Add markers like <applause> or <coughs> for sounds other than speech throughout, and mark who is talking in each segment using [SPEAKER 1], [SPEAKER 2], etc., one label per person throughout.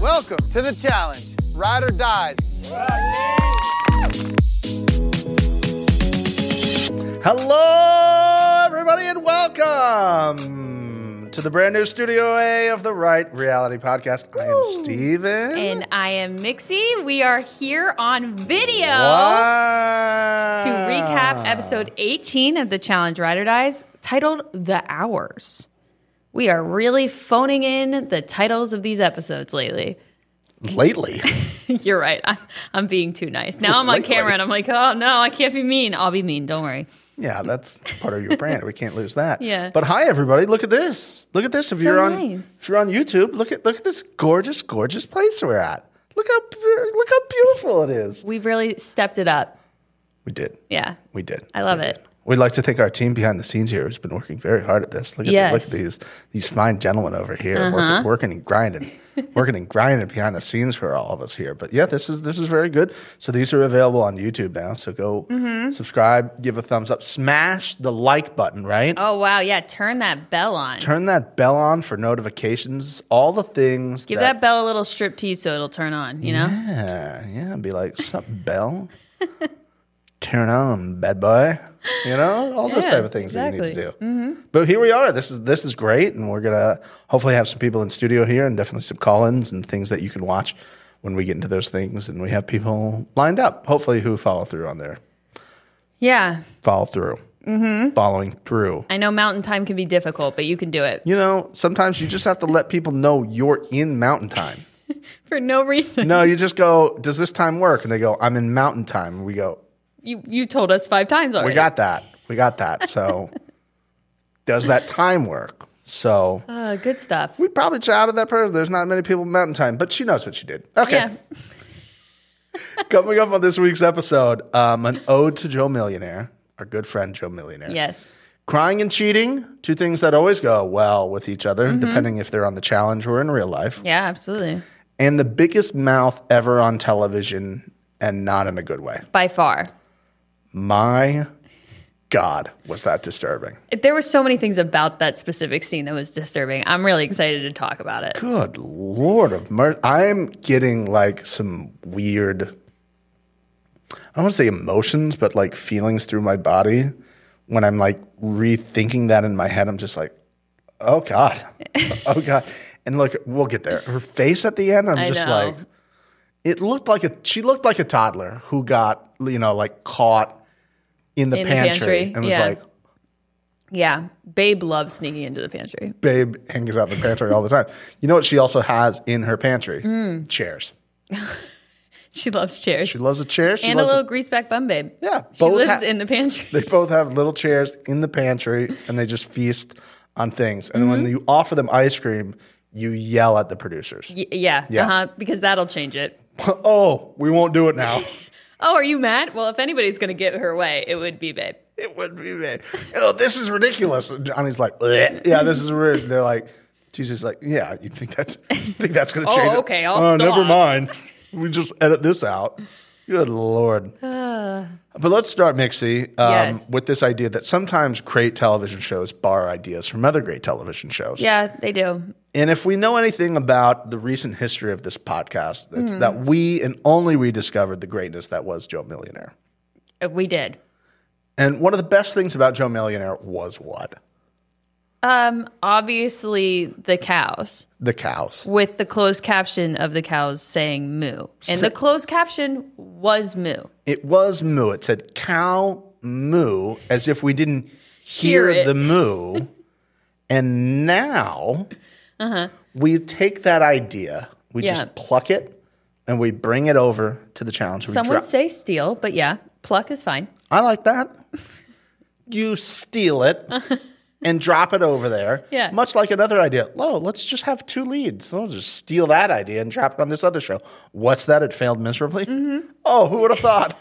[SPEAKER 1] Welcome to the challenge, Ride or Dies. Hello, everybody, and welcome to the brand new Studio A of the Right Reality Podcast. I am Steven.
[SPEAKER 2] And I am Mixie. We are here on video
[SPEAKER 1] Wow.
[SPEAKER 2] to recap episode 18 of the Challenge Rider Dies titled The Hours. We are really phoning in the titles of these episodes lately. <laughs>
[SPEAKER 1] Lately.
[SPEAKER 2] You're right. I'm, I'm being too nice. Now I'm on
[SPEAKER 1] Lately.
[SPEAKER 2] camera and I'm like, oh no, I can't be mean. I'll be mean. Don't worry.
[SPEAKER 1] Yeah, that's part of your brand. We can't lose that.
[SPEAKER 2] Yeah.
[SPEAKER 1] But hi, everybody. Look at this. Look at this. If you're on,
[SPEAKER 2] nice.
[SPEAKER 1] if you're on YouTube, look at look at this gorgeous, gorgeous place we're at. Look how bu- look how beautiful it is.
[SPEAKER 2] We've really stepped it up.
[SPEAKER 1] We did.
[SPEAKER 2] Yeah.
[SPEAKER 1] We did.
[SPEAKER 2] I love
[SPEAKER 1] We
[SPEAKER 2] it.
[SPEAKER 1] did. We'd like to thank our team behind the scenes here who's been working very hard at this. Look at, the- look
[SPEAKER 2] Yes. Uh-huh.
[SPEAKER 1] at these these fine gentlemen over here working, working
[SPEAKER 2] <laughs>
[SPEAKER 1] and grinding, working and grinding behind the scenes for all of us here. But yeah, this is this is very good. So these are available on YouTube now. So go
[SPEAKER 2] Mm-hmm.
[SPEAKER 1] subscribe, give a thumbs up, smash the like button, right?
[SPEAKER 2] Oh, wow. Yeah. Turn that bell on.
[SPEAKER 1] Turn that bell on for notifications. All the things.
[SPEAKER 2] Give that bell a little strip tease so it'll turn on, you know?
[SPEAKER 1] Mm-hmm. Yeah, yeah. Be like, sup, bell? Turn on, bad boy. You know, all those
[SPEAKER 2] Yeah,
[SPEAKER 1] type of things that you need to do.
[SPEAKER 2] exactly. Mm-hmm.
[SPEAKER 1] But here we are. This is this is great, and we're gonna hopefully have some people in studio here, and definitely some call-ins and things that you can watch when we get into those things, and we have people lined up. Hopefully, who follow through on their
[SPEAKER 2] Yeah.
[SPEAKER 1] follow through, mm-hmm. following through.
[SPEAKER 2] I know mountain time can be difficult, but you can do it
[SPEAKER 1] You know, sometimes you just have to let people know you're in mountain time.
[SPEAKER 2] for no reason.
[SPEAKER 1] No, you just go, does this time work? And they go, I'm in mountain time. And we go,
[SPEAKER 2] You you told us five times already.
[SPEAKER 1] we got that. We got that. So does that time work? So
[SPEAKER 2] uh, good stuff.
[SPEAKER 1] we probably shouted that person. There's not many people in mountain time, but she knows what she did. Okay.
[SPEAKER 2] Yeah,
[SPEAKER 1] <laughs> Coming up on this week's episode, um, an ode to Joe Millionaire, our good friend Joe Millionaire.
[SPEAKER 2] yes,
[SPEAKER 1] Crying and cheating, two things that always go well with each other, depending if they're on the challenge or in real life.
[SPEAKER 2] yeah, absolutely,
[SPEAKER 1] And the biggest mouth ever on television and not in a good way.
[SPEAKER 2] by far.
[SPEAKER 1] My God, was that disturbing.
[SPEAKER 2] There were so many things about that specific scene that was disturbing. I'm really excited to talk about it.
[SPEAKER 1] Good Lord of mercy. I'm getting like some weird, I don't want to say emotions, but like feelings through my body when I'm like rethinking that in my head. I'm just like,
[SPEAKER 2] <laughs>
[SPEAKER 1] oh God. Oh God. And look, we'll get there. Her face at the end, I'm
[SPEAKER 2] I
[SPEAKER 1] just
[SPEAKER 2] know.
[SPEAKER 1] like, it looked like a, she looked like a toddler who got, you know, like caught in the,
[SPEAKER 2] In the
[SPEAKER 1] pantry,
[SPEAKER 2] pantry,
[SPEAKER 1] and was
[SPEAKER 2] yeah.
[SPEAKER 1] like,
[SPEAKER 2] Yeah, Babe loves sneaking into the pantry.
[SPEAKER 1] babe hangs out in the pantry all the time. You know what she also has in her pantry?
[SPEAKER 2] Hmm.
[SPEAKER 1] Chairs.
[SPEAKER 2] She loves chairs
[SPEAKER 1] She loves a chair. She
[SPEAKER 2] and a
[SPEAKER 1] loves
[SPEAKER 2] little greaseback bun, babe.
[SPEAKER 1] Yeah,
[SPEAKER 2] she
[SPEAKER 1] both
[SPEAKER 2] lives
[SPEAKER 1] ha-
[SPEAKER 2] in the pantry. <laughs>
[SPEAKER 1] They both have little chairs in the pantry, and they just feast on things. And
[SPEAKER 2] Mm-hmm.
[SPEAKER 1] when you offer them ice cream, you yell at the producers.
[SPEAKER 2] Y- yeah,
[SPEAKER 1] Yeah.
[SPEAKER 2] Uh-huh, because that'll change it.
[SPEAKER 1] <laughs> oh, we won't do it now.
[SPEAKER 2] Oh, are you mad? Well, if anybody's gonna get her way, it would be Babe.
[SPEAKER 1] it would be me. Oh, this is ridiculous. And Johnny's like, "Bleh." yeah, this is weird. They're like, Jesus, like, yeah, you think that's you think that's gonna
[SPEAKER 2] Oh,
[SPEAKER 1] change? it?
[SPEAKER 2] okay, I'll
[SPEAKER 1] oh,
[SPEAKER 2] stop.
[SPEAKER 1] never mind. We just edit this out. Good lord. But let's start, Mixie, um,
[SPEAKER 2] Uh. Yes.
[SPEAKER 1] with this idea that sometimes great television shows borrow ideas from other great television shows.
[SPEAKER 2] Yeah, they do.
[SPEAKER 1] And if we know anything about the recent history of this podcast, it's
[SPEAKER 2] Mm-hmm.
[SPEAKER 1] that we and only we discovered the greatness that was Joe Millionaire.
[SPEAKER 2] Uh, We did.
[SPEAKER 1] And one of the best things about Joe Millionaire was what?
[SPEAKER 2] Um, obviously the cows.
[SPEAKER 1] The cows.
[SPEAKER 2] with the closed caption of the cows saying moo. And the closed caption was moo.
[SPEAKER 1] It was moo. It said cow moo, as if we didn't hear,
[SPEAKER 2] Hear it. <laughs>
[SPEAKER 1] the moo. and now we take that idea, we
[SPEAKER 2] Uh-huh. Yeah.
[SPEAKER 1] just pluck it, and we bring it over to the challenge. We
[SPEAKER 2] Some would
[SPEAKER 1] drop-
[SPEAKER 2] say steal, but yeah, pluck is fine.
[SPEAKER 1] I like
[SPEAKER 2] <laughs>
[SPEAKER 1] that. you steal it and drop it over there.
[SPEAKER 2] Yeah.
[SPEAKER 1] Much like another idea. Oh, let's just have two leads. They'll just steal that idea and drop it on this other show. What's that? It failed miserably.
[SPEAKER 2] Mm-hmm.
[SPEAKER 1] Oh, who would
[SPEAKER 2] <laughs>
[SPEAKER 1] have thought?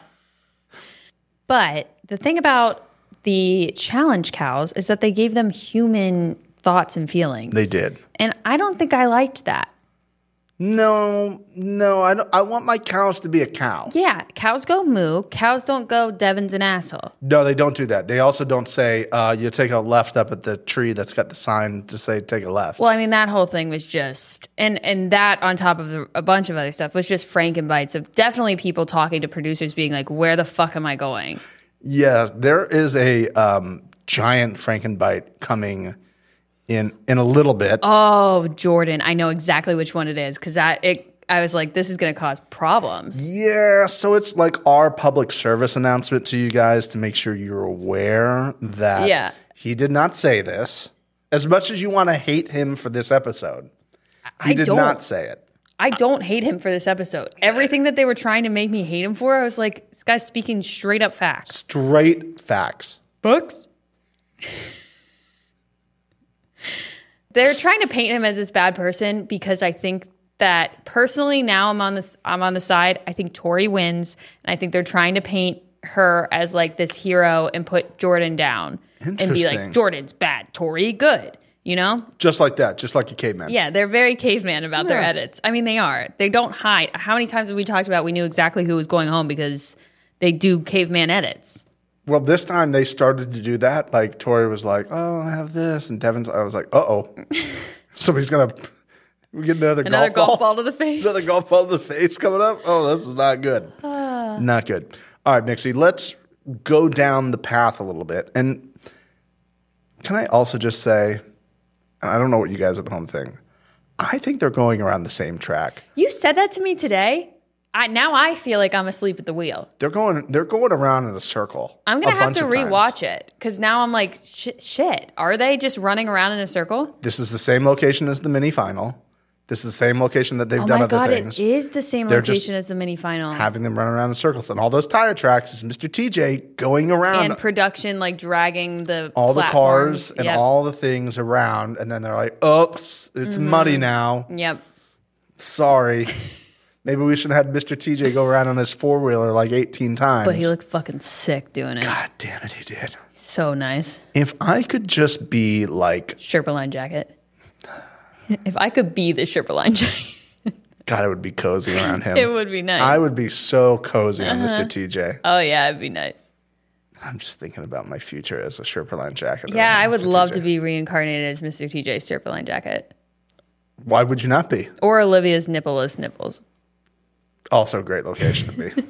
[SPEAKER 2] But the thing about the challenge cows is that they gave them human thoughts and feelings.
[SPEAKER 1] they did.
[SPEAKER 2] and I don't think I liked that.
[SPEAKER 1] No, no, I don't. I want my cows to be a cow.
[SPEAKER 2] Yeah, cows go moo. Cows don't go. Devin's an asshole.
[SPEAKER 1] No, they don't do that. They also don't say uh, you take a left up at the tree that's got the sign to say take a left.
[SPEAKER 2] Well, I mean that whole thing was just and and that on top of the, a bunch of other stuff was just frankenbites of definitely people talking to producers being like, "Where the fuck am I going?"
[SPEAKER 1] yeah, there is a um, giant Frankenbite coming in in a little bit.
[SPEAKER 2] Oh, Jordan, I know exactly which one it is because I it I was like, this is going to cause problems.
[SPEAKER 1] Yeah, so it's like our public service announcement to you guys to make sure you're aware that
[SPEAKER 2] Yeah.
[SPEAKER 1] he did not say this. As much as you want to hate him for this episode, he
[SPEAKER 2] I
[SPEAKER 1] did
[SPEAKER 2] don't.
[SPEAKER 1] not say it.
[SPEAKER 2] I don't hate him for this episode. Everything that they were trying to make me hate him for, I was like, this guy's speaking straight up facts.
[SPEAKER 1] Straight facts.
[SPEAKER 2] Books. They're trying to paint him as this bad person because I think that personally now I'm on this I'm on the side. I think Tori wins, and I think they're trying to paint her as like this hero and put Jordan down and be
[SPEAKER 1] Interesting.
[SPEAKER 2] like Jordan's bad, Tori good. You know,
[SPEAKER 1] Just like that, just like a caveman.
[SPEAKER 2] yeah, they're very caveman about their
[SPEAKER 1] Yeah.
[SPEAKER 2] edits. I mean, they are. They don't hide. How many times have we talked about we knew exactly who was going home because they do caveman edits?
[SPEAKER 1] Well, this time they started to do that. Like Tori was like, "Oh, I have this," and Devin's. I was like,
[SPEAKER 2] <laughs>
[SPEAKER 1] "Uh oh, somebody's gonna we get another,
[SPEAKER 2] Another
[SPEAKER 1] golf,
[SPEAKER 2] golf ball to the face.
[SPEAKER 1] <laughs> another golf ball to the face coming up. Oh, this is not good.
[SPEAKER 2] Ah.
[SPEAKER 1] not good. All right, Nixie, let's go down the path a little bit. And can I also just say, and I don't know what you guys at home think. I think they're going around the same track.
[SPEAKER 2] You said that to me today. I now I feel like I'm asleep at the wheel.
[SPEAKER 1] They're going. They're going around in a circle.
[SPEAKER 2] I'm gonna
[SPEAKER 1] a
[SPEAKER 2] have
[SPEAKER 1] bunch
[SPEAKER 2] to
[SPEAKER 1] of times.
[SPEAKER 2] rewatch it because now I'm like, shit, shit. Are they just running around in a circle?
[SPEAKER 1] This is the same location as the mini final. This is the same location that they've
[SPEAKER 2] Oh
[SPEAKER 1] done
[SPEAKER 2] my
[SPEAKER 1] other
[SPEAKER 2] god,
[SPEAKER 1] things.
[SPEAKER 2] it is the same
[SPEAKER 1] They're just-
[SPEAKER 2] location as the mini final.
[SPEAKER 1] Having them run around in circles and all those tire tracks is Mr. TJ going around
[SPEAKER 2] and production like dragging the
[SPEAKER 1] all the cars
[SPEAKER 2] platforms.
[SPEAKER 1] and
[SPEAKER 2] Yep.
[SPEAKER 1] all the things around, and then they're like, "Oops, it's
[SPEAKER 2] Mm-hmm.
[SPEAKER 1] muddy now.
[SPEAKER 2] Yep. <laughs>
[SPEAKER 1] Sorry." Maybe we should have had Mr. TJ go around on his four wheeler like 18 times.
[SPEAKER 2] But he looked fucking sick doing it.
[SPEAKER 1] God damn it, he did.
[SPEAKER 2] So nice.
[SPEAKER 1] If I could just be like,
[SPEAKER 2] Sherpa line jacket. if I could be the Sherpa line <laughs> jacket,
[SPEAKER 1] God, it would be cozy around him.
[SPEAKER 2] <laughs> it would be nice.
[SPEAKER 1] I would be so cozy on Mr. TJ.
[SPEAKER 2] oh yeah, it'd be nice.
[SPEAKER 1] I'm just thinking about my future as a Sherpa line jacket.
[SPEAKER 2] Yeah,
[SPEAKER 1] right
[SPEAKER 2] I
[SPEAKER 1] now,
[SPEAKER 2] would
[SPEAKER 1] Mr.
[SPEAKER 2] love
[SPEAKER 1] TJ.
[SPEAKER 2] to be reincarnated as Mr. TJ Sherpa line jacket
[SPEAKER 1] Why would you not be?
[SPEAKER 2] or Olivia's nippleless nipples.
[SPEAKER 1] Also, a great location
[SPEAKER 2] <laughs>
[SPEAKER 1] to be.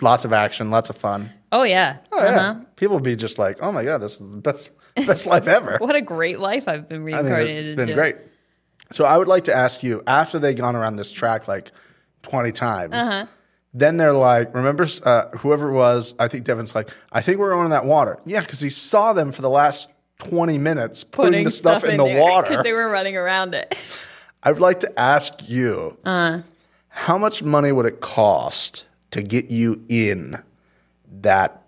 [SPEAKER 1] lots of action, lots of fun.
[SPEAKER 2] Oh yeah.
[SPEAKER 1] Oh, yeah. People would be just like, "Oh my god, this is the best <laughs> best life ever."
[SPEAKER 2] What a great life I've been
[SPEAKER 1] I mean,
[SPEAKER 2] reincarnated.
[SPEAKER 1] it's been
[SPEAKER 2] into.
[SPEAKER 1] great. So, I would like to ask you: after they've gone around this track like 20 times,
[SPEAKER 2] Uh-huh.
[SPEAKER 1] then they're like, "Remember uh, whoever it was?" I think Devin's like, "I think we're going in that water." Yeah, because he saw them for the last 20 minutes putting, the stuff, in,
[SPEAKER 2] <laughs>
[SPEAKER 1] the water.
[SPEAKER 2] because they were running around it.
[SPEAKER 1] I would like to ask you how much money would it cost to get you in that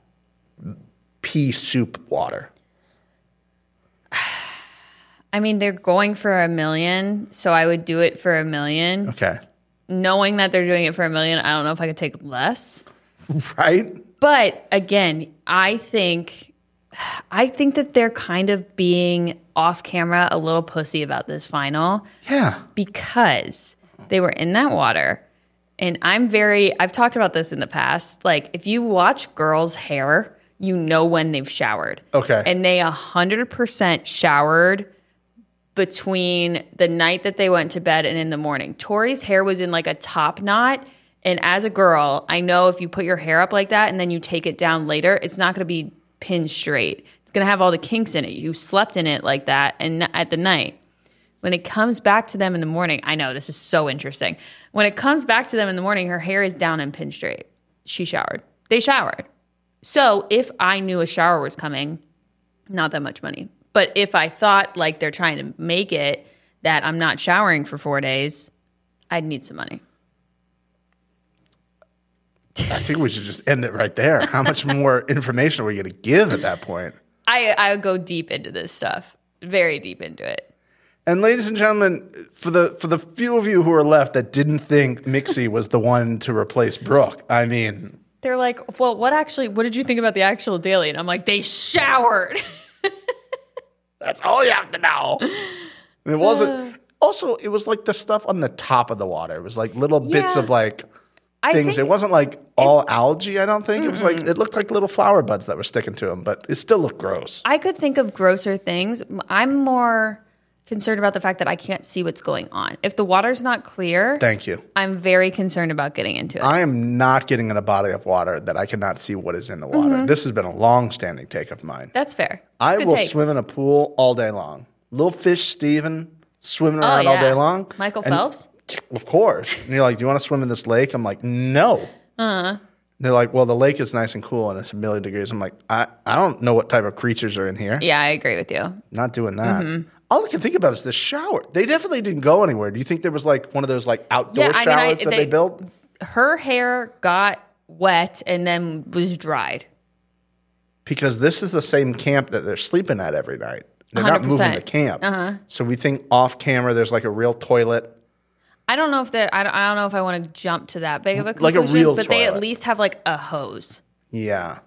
[SPEAKER 1] pea soup water?
[SPEAKER 2] I mean, they're going for a million, so I would do it for a million.
[SPEAKER 1] Okay.
[SPEAKER 2] Knowing that they're doing it for a million, I don't know if I could take less.
[SPEAKER 1] <laughs> Right?
[SPEAKER 2] But again, I think I think that they're kind of being off camera a little pussy about this final
[SPEAKER 1] Yeah.
[SPEAKER 2] because they were in that water. And I'm very I've talked about this in the past. Like if you watch girls' hair, you know when they've showered.
[SPEAKER 1] Okay.
[SPEAKER 2] And they 100% showered between the night that they went to bed and in the morning. Tori's hair was in like a top knot. And as a girl, I know if you put your hair up like that and then you take it down later, it's not going to be pinned straight. It's going to have all the kinks in it. You slept in it like that and at the night. When it comes back to them in the morning, I know this is so interesting. When it comes back to them in the morning, her hair is down and pinned straight. She showered. They showered. So if I knew a shower was coming, not that much money. But if I thought like they're trying to make it that I'm not showering for four days, I'd need some money.
[SPEAKER 1] I think we should just end it right there. How much more <laughs> information are we going to give at that point?
[SPEAKER 2] I I would go deep into this stuff, very deep into it.
[SPEAKER 1] And ladies and gentlemen, for the for the few of you who are left that didn't think Mixie was the one to replace Brooke, I mean,
[SPEAKER 2] They're like, well, what actually? What did you think about the actual daily? And I'm like, they showered. Uh.
[SPEAKER 1] That's all you have to know. And <laughs> it wasn't. Also, it was like the stuff on the top of the water. It was like little bits
[SPEAKER 2] Yeah.
[SPEAKER 1] of like
[SPEAKER 2] I
[SPEAKER 1] things.
[SPEAKER 2] think-
[SPEAKER 1] It wasn't like all algae, I don't think. It was like, it looked like little flower buds that were sticking to them, but it still looked gross.
[SPEAKER 2] I could think of grosser things. I'm more concerned about the fact that I can't see what's going on. If the water's not clear,
[SPEAKER 1] Thank you.
[SPEAKER 2] I'm very concerned about getting into it.
[SPEAKER 1] I am not getting in a body of water that I cannot see what is in the water. This has been a long standing take of mine.
[SPEAKER 2] Mm-hmm. That's fair. It's a
[SPEAKER 1] I
[SPEAKER 2] good
[SPEAKER 1] will
[SPEAKER 2] take.
[SPEAKER 1] swim in a pool all day long. Little fish Steven swimming around all
[SPEAKER 2] Oh, yeah.
[SPEAKER 1] day long.
[SPEAKER 2] Michael
[SPEAKER 1] And-
[SPEAKER 2] Phelps?
[SPEAKER 1] Of course. And you're like, Do you want to swim in this lake? I'm like, No. Uh-huh. They're like, Well, the lake is nice and cool and it's a million degrees. I'm like, I, I don't know what type of creatures are in here.
[SPEAKER 2] Yeah, Mm-hmm. I agree with you.
[SPEAKER 1] Not doing that. All I can think about is the shower. They definitely didn't go anywhere. Do you think there was like one of those like outdoor
[SPEAKER 2] Yeah, I mean,
[SPEAKER 1] showers
[SPEAKER 2] I-
[SPEAKER 1] that they
[SPEAKER 2] they-
[SPEAKER 1] built?
[SPEAKER 2] Her hair got wet and then was dried.
[SPEAKER 1] because this is the same camp that they're sleeping at every night. They're not moving
[SPEAKER 2] 100%.
[SPEAKER 1] the camp.
[SPEAKER 2] Uh-huh.
[SPEAKER 1] So we think off camera there's like a real toilet.
[SPEAKER 2] I don't know if that. I don't, I don't know if I want to jump to that big of a
[SPEAKER 1] Like a
[SPEAKER 2] conclusion.
[SPEAKER 1] real
[SPEAKER 2] but they at
[SPEAKER 1] toilet.
[SPEAKER 2] least have like a hose
[SPEAKER 1] Yeah.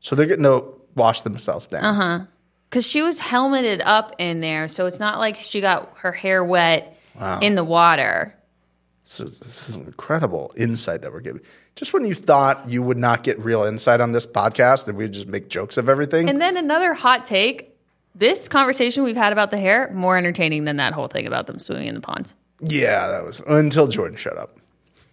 [SPEAKER 1] So they're getting to wash themselves down.
[SPEAKER 2] because she was helmeted up in there, so it's not like she got her hair wet in the water.
[SPEAKER 1] So this is an incredible insight that we're giving. Just when you thought you would not get real insight on this podcast and we'd just make jokes of everything.
[SPEAKER 2] And then another hot take. This conversation we've had about the hair more entertaining than that whole thing about them swimming in the ponds
[SPEAKER 1] yeah, that was until Jordan showed up.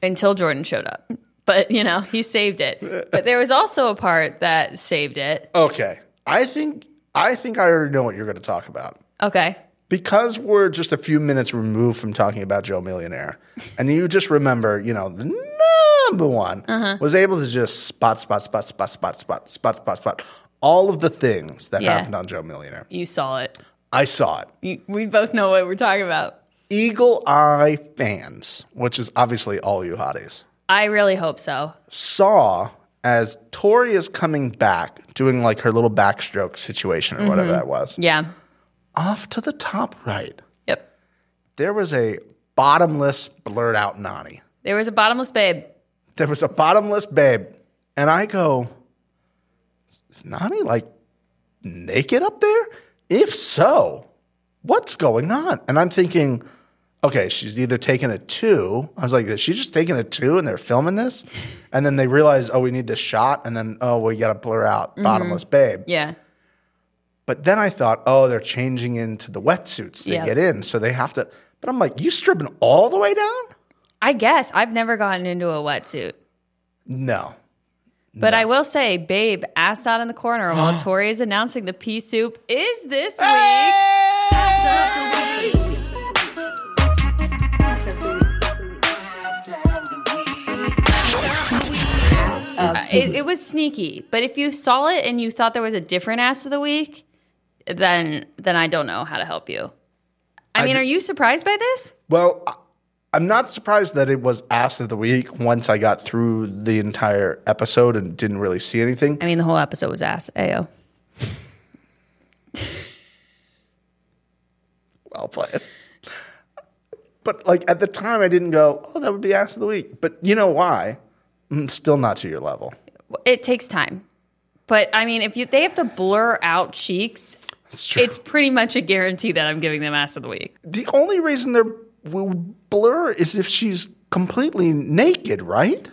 [SPEAKER 2] until Jordan showed up. <laughs> But you know, he saved it. But there was also a part that saved it.
[SPEAKER 1] Okay. I think I think I already know what you're going to talk about.
[SPEAKER 2] Okay.
[SPEAKER 1] because we're just a few minutes removed from talking about Joe Millionaire, and you just remember, you know, the number one
[SPEAKER 2] Uh-huh.
[SPEAKER 1] was able to just spot, spot, spot, spot, spot, spot, spot, spot, spot, all of the things that
[SPEAKER 2] Yeah.
[SPEAKER 1] happened on Joe Millionaire.
[SPEAKER 2] You saw it.
[SPEAKER 1] I saw it.
[SPEAKER 2] You, we both know what we're talking about.
[SPEAKER 1] Eagle Eye fans, which is obviously all you hotties,
[SPEAKER 2] I really hope so.
[SPEAKER 1] saw as Tori is coming back, doing like her little backstroke situation or whatever that was,
[SPEAKER 2] Yeah.
[SPEAKER 1] off to the top right,
[SPEAKER 2] Yep.
[SPEAKER 1] there was a bottomless blurred out Nani.
[SPEAKER 2] There was a bottomless babe.
[SPEAKER 1] there was a bottomless babe, and I go, is Nani like naked up there? If so, what's going on? And I'm thinking, okay, she's either taking a two. I was like, is she just taking a two and they're filming this? And then they realize, oh, we need this shot, and then oh, we gotta blur out bottomless babe.
[SPEAKER 2] Mm-hmm. Yeah.
[SPEAKER 1] But then I thought, oh, they're changing into the wetsuits they
[SPEAKER 2] Yeah.
[SPEAKER 1] get in, so they have to. But I'm like, you stripping all the way down?
[SPEAKER 2] I guess I've never gotten into a wetsuit.
[SPEAKER 1] No.
[SPEAKER 2] But I will say, babe, ass out in the corner while Tori is announcing the pea soup is this week's ass of the week. Uh, It, it was sneaky, but if you saw it and you thought there was a different ass of the week, then then I don't know how to help you. I, mean,
[SPEAKER 1] d-
[SPEAKER 2] are you surprised by this?
[SPEAKER 1] Well, I- I'm not surprised that it was ass of the week once I got through the entire episode and didn't really see anything.
[SPEAKER 2] I mean, the whole episode was ass. Ayo.
[SPEAKER 1] Well played. But like at the time, I didn't go, "Oh, that would be ass of the week." But you know why? Mm, still not to your level.
[SPEAKER 2] It takes time, but I mean, if you they have to blur out cheeks,
[SPEAKER 1] It's true.
[SPEAKER 2] it's pretty much a guarantee that I'm giving them ass of the week.
[SPEAKER 1] the only reason they're will blur is if she's completely naked, right?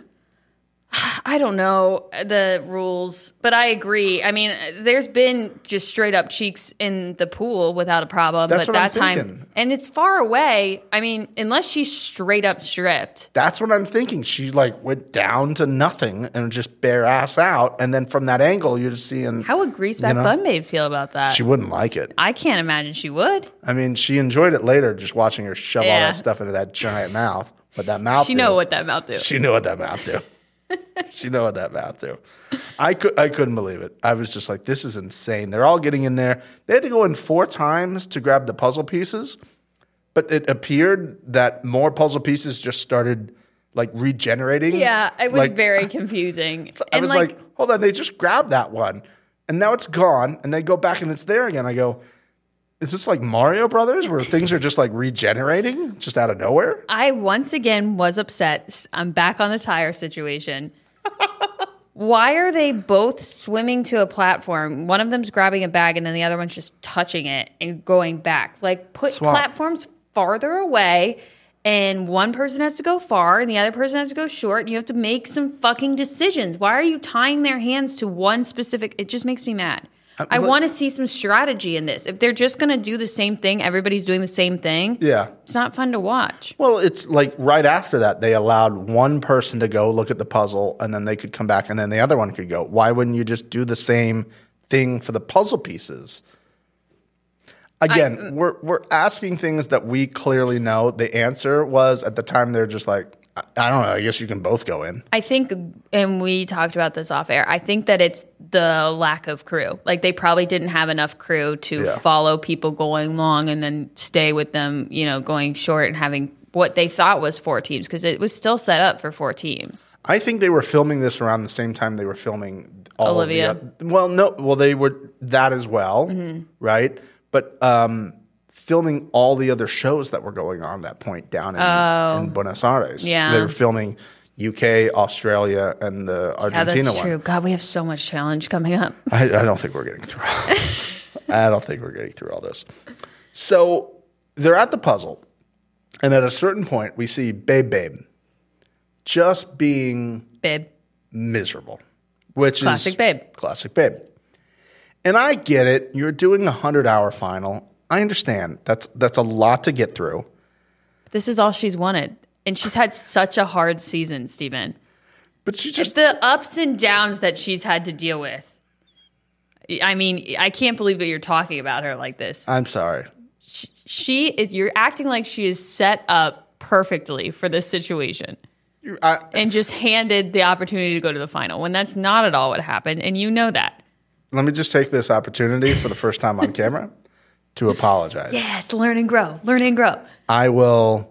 [SPEAKER 2] I don't know uh, the rules, but I agree. I mean, there's been just straight up cheeks in the pool without a problem.
[SPEAKER 1] That's
[SPEAKER 2] but
[SPEAKER 1] what I'm
[SPEAKER 2] that time,
[SPEAKER 1] thinking.
[SPEAKER 2] and it's far away. I mean, unless she's straight up stripped.
[SPEAKER 1] That's what I'm thinking. She like went down to nothing and just bare ass out, and then from that angle, you're just seeing
[SPEAKER 2] How would Greaseback
[SPEAKER 1] know?
[SPEAKER 2] Bun Babe feel about that?
[SPEAKER 1] she wouldn't like it.
[SPEAKER 2] I can't imagine she would.
[SPEAKER 1] I mean, she enjoyed it later, just watching her shove all
[SPEAKER 2] Yeah.
[SPEAKER 1] that stuff into that giant mouth. But that mouth,
[SPEAKER 2] She
[SPEAKER 1] do-
[SPEAKER 2] know what that mouth do.
[SPEAKER 1] <laughs> she knew what that mouth do. <laughs> she knew what that mouth do. I could, I couldn't believe it. I was just like, this is insane. They're all getting in there. They had to go in four times to grab the puzzle pieces, but it appeared that more puzzle pieces just started like regenerating.
[SPEAKER 2] Yeah, it was
[SPEAKER 1] Like,
[SPEAKER 2] very confusing.
[SPEAKER 1] I was like, hold on, they just grabbed that one, and now it's gone, and they go back and it's there again. I go, is this like Mario Brothers where things are just like regenerating just out of nowhere?
[SPEAKER 2] I once again was upset. S- I'm back on the tire situation. Why are they both swimming to a platform? One of them's grabbing a bag and then the other one's just touching it and going back. Like put
[SPEAKER 1] Swamp.
[SPEAKER 2] platforms farther away and one person has to go far and the other person has to go short and you have to make some fucking decisions why are you tying their hands to one specific it just makes me mad i
[SPEAKER 1] Uh, look-
[SPEAKER 2] want to see some strategy in this if they're just going to do the same thing everybody's doing the same thing
[SPEAKER 1] Yeah.
[SPEAKER 2] it's not fun to watch
[SPEAKER 1] Well, it's like right after that, they allowed one person to go look at the puzzle and then they could come back and then the other one could go. Why wouldn't you just do the same thing for the puzzle pieces? Again, we're, we're asking things that we clearly know. The answer was at the time they're just like, I, I don't know. I guess you can both go in.
[SPEAKER 2] I think, and we talked about this off air. I think that it's the lack of crew. Like they probably didn't have enough crew to
[SPEAKER 1] Yeah.
[SPEAKER 2] follow people going long and then stay with them, you know, going short and having what they thought was four teams because it was still set up for four teams.
[SPEAKER 1] I think they were filming this around the same time they were filming all of the
[SPEAKER 2] Olivia. Mm-hmm.
[SPEAKER 1] oth- well, no, well they were that as well, right? But um, filming all the other shows that were going on at that point down in, in Buenos Aires. So
[SPEAKER 2] Oh. Yeah.
[SPEAKER 1] they were filming UK, Australia, and the
[SPEAKER 2] Yeah,
[SPEAKER 1] Argentina
[SPEAKER 2] that's
[SPEAKER 1] one.
[SPEAKER 2] true. God, we have so much challenge coming up.
[SPEAKER 1] I, I don't think we're getting through. All this. I don't think we're getting through all this. So they're at the puzzle, and at a certain point, we see Babe Babe just being
[SPEAKER 2] <laughs> Babe,
[SPEAKER 1] miserable, which
[SPEAKER 2] Classic
[SPEAKER 1] is
[SPEAKER 2] babe.
[SPEAKER 1] Classic babe. And I get it. You're doing a hundred hour final. I understand. That's that's a lot to get through.
[SPEAKER 2] this is all she's wanted. And she's had such a hard season, Steven.
[SPEAKER 1] But she
[SPEAKER 2] It's
[SPEAKER 1] just
[SPEAKER 2] the ups and downs that she's had to deal with. I mean, I can't believe that you're talking about her like this.
[SPEAKER 1] I'm sorry.
[SPEAKER 2] she is you're acting like she is set up perfectly for this situation
[SPEAKER 1] You- I,
[SPEAKER 2] and just handed the opportunity to go to the final when that's not at all what happened and you know that
[SPEAKER 1] let me just take this opportunity for the first
[SPEAKER 2] <laughs>
[SPEAKER 1] time on camera to apologize.
[SPEAKER 2] yes learn and grow learn and grow
[SPEAKER 1] I will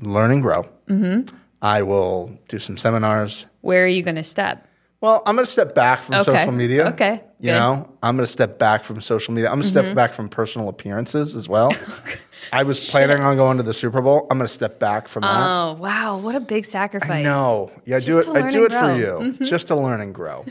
[SPEAKER 1] learn and grow.
[SPEAKER 2] Mm-hmm.
[SPEAKER 1] I will do some seminars.
[SPEAKER 2] where are you going to step
[SPEAKER 1] Well, I'm going to step back from
[SPEAKER 2] Okay.
[SPEAKER 1] social media.
[SPEAKER 2] Okay.
[SPEAKER 1] You
[SPEAKER 2] Good. Mm-hmm.
[SPEAKER 1] know, I'm going to step back from social media. I'm going to step back from personal appearances as
[SPEAKER 2] <laughs>
[SPEAKER 1] well. I was planning on going to the Super Bowl. I'm going to step back from that.
[SPEAKER 2] oh wow what a big sacrifice
[SPEAKER 1] I know. Yeah, I do
[SPEAKER 2] Just
[SPEAKER 1] it.
[SPEAKER 2] to
[SPEAKER 1] I
[SPEAKER 2] learn
[SPEAKER 1] do it
[SPEAKER 2] and
[SPEAKER 1] for
[SPEAKER 2] grow. Mm-hmm.
[SPEAKER 1] you, just to learn and grow.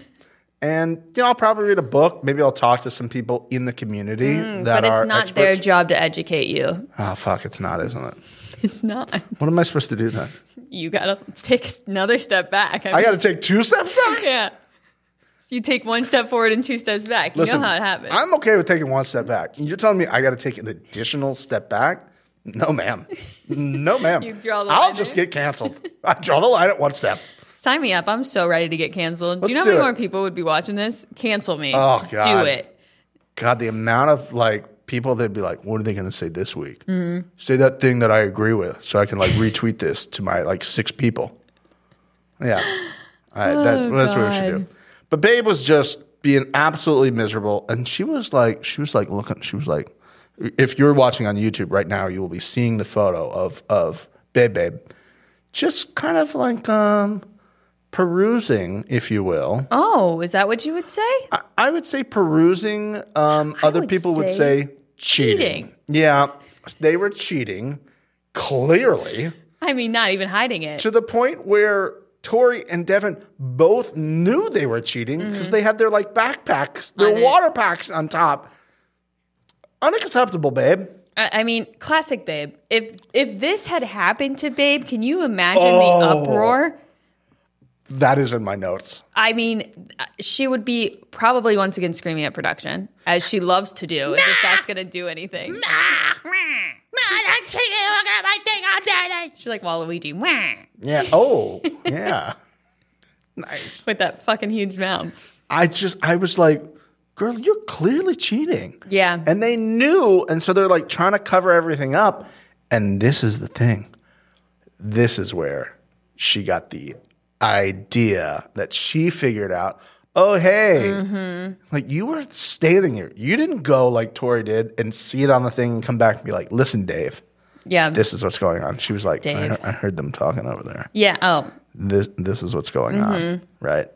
[SPEAKER 1] And you know, I'll probably read a book. Maybe I'll talk to some people in the community that
[SPEAKER 2] Mm, but it's
[SPEAKER 1] are
[SPEAKER 2] not their
[SPEAKER 1] experts.
[SPEAKER 2] job to educate you <laughs>
[SPEAKER 1] oh fuck, it's not, isn't it?
[SPEAKER 2] it's not
[SPEAKER 1] What am I supposed to do then?
[SPEAKER 2] you gotta take another step back
[SPEAKER 1] I got to take two steps back.
[SPEAKER 2] mean, yeah you take one step forward and two steps back you know how it happens
[SPEAKER 1] I'm okay with taking one step back. You're telling me I got to take an additional step back? No,
[SPEAKER 2] <laughs>
[SPEAKER 1] ma'am. No, ma'am.
[SPEAKER 2] You draw the
[SPEAKER 1] I'll
[SPEAKER 2] line
[SPEAKER 1] just
[SPEAKER 2] there.
[SPEAKER 1] get canceled. I draw the line at one step.
[SPEAKER 2] Sign me up. I'm so ready to get canceled. do
[SPEAKER 1] Let's
[SPEAKER 2] you know how
[SPEAKER 1] do
[SPEAKER 2] many
[SPEAKER 1] it.
[SPEAKER 2] more people would be watching this? Cancel me.
[SPEAKER 1] Oh, God.
[SPEAKER 2] Do it.
[SPEAKER 1] God, the amount of like people that'd be like, "What are they going to say this week? Mm-hmm. Say that thing that I agree with, so I can
[SPEAKER 2] <laughs>
[SPEAKER 1] like retweet this to my like six people." Yeah,
[SPEAKER 2] <sighs>
[SPEAKER 1] All right, that's,
[SPEAKER 2] Oh,
[SPEAKER 1] that's what we should
[SPEAKER 2] God.
[SPEAKER 1] do. But Babe was just being absolutely miserable, and she was like, she was like looking, she was like, if you're watching on YouTube right now, you will be seeing the photo of of Babe Babe, just kind of like um perusing, if you will.
[SPEAKER 2] Oh, is that what you would say?
[SPEAKER 1] I- I would say perusing. Um, other
[SPEAKER 2] would
[SPEAKER 1] people would
[SPEAKER 2] say
[SPEAKER 1] say cheating.
[SPEAKER 2] cheating.
[SPEAKER 1] Yeah, they were cheating clearly
[SPEAKER 2] I mean, not even hiding it.
[SPEAKER 1] to the point where Tori and Devin both knew they were cheating because they had their like backpacks, their
[SPEAKER 2] Mm-hmm. On it.
[SPEAKER 1] water packs on top. Unacceptable, babe.
[SPEAKER 2] I, I mean, classic Babe. If if this had happened to Babe, can you imagine the
[SPEAKER 1] Oh.
[SPEAKER 2] uproar?
[SPEAKER 1] That is in my notes.
[SPEAKER 2] I mean, uh, she would be probably once again screaming at production, as she loves to do, as if that's going to do anything. She's like Waluigi wah,
[SPEAKER 1] Yeah.
[SPEAKER 2] <laughs>
[SPEAKER 1] Oh, yeah. Nice.
[SPEAKER 2] with that fucking huge mouth.
[SPEAKER 1] I just I was like, girl, you're clearly cheating.
[SPEAKER 2] Yeah.
[SPEAKER 1] And they knew, and so they're like trying to cover everything up. And this is the thing. This is where she got the idea that she figured out. Oh hey,
[SPEAKER 2] Mm-hmm.
[SPEAKER 1] like you were standing here. You didn't go like Tori did and see it on the thing and come back and be like, "Listen, Dave,
[SPEAKER 2] Yeah.
[SPEAKER 1] this is what's going on." She was like, I,
[SPEAKER 2] Dave.
[SPEAKER 1] he- "I heard them talking over there."
[SPEAKER 2] yeah. Oh,
[SPEAKER 1] this this is what's going on,
[SPEAKER 2] Mm-hmm.
[SPEAKER 1] right?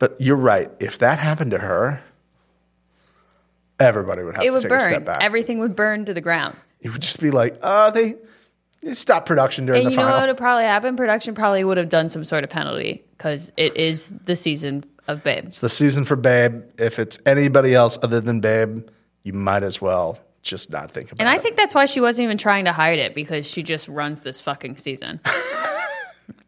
[SPEAKER 1] But you're right. If that happened to her, everybody would have
[SPEAKER 2] it
[SPEAKER 1] to
[SPEAKER 2] would
[SPEAKER 1] take a
[SPEAKER 2] burn.
[SPEAKER 1] step back.
[SPEAKER 2] Everything would burn to the ground.
[SPEAKER 1] it would just be like, oh, they, they stopped production during
[SPEAKER 2] And
[SPEAKER 1] the
[SPEAKER 2] you know what
[SPEAKER 1] final.
[SPEAKER 2] would
[SPEAKER 1] <laughs>
[SPEAKER 2] have probably happened? Production probably would have done some sort of penalty because it is the season of babes.
[SPEAKER 1] It's the season for Babe. If it's anybody else other than Babe, you might as well just not think about
[SPEAKER 2] And I
[SPEAKER 1] it.
[SPEAKER 2] think that's why she wasn't even trying to hide it because she just runs this fucking
[SPEAKER 1] <laughs>
[SPEAKER 2] season.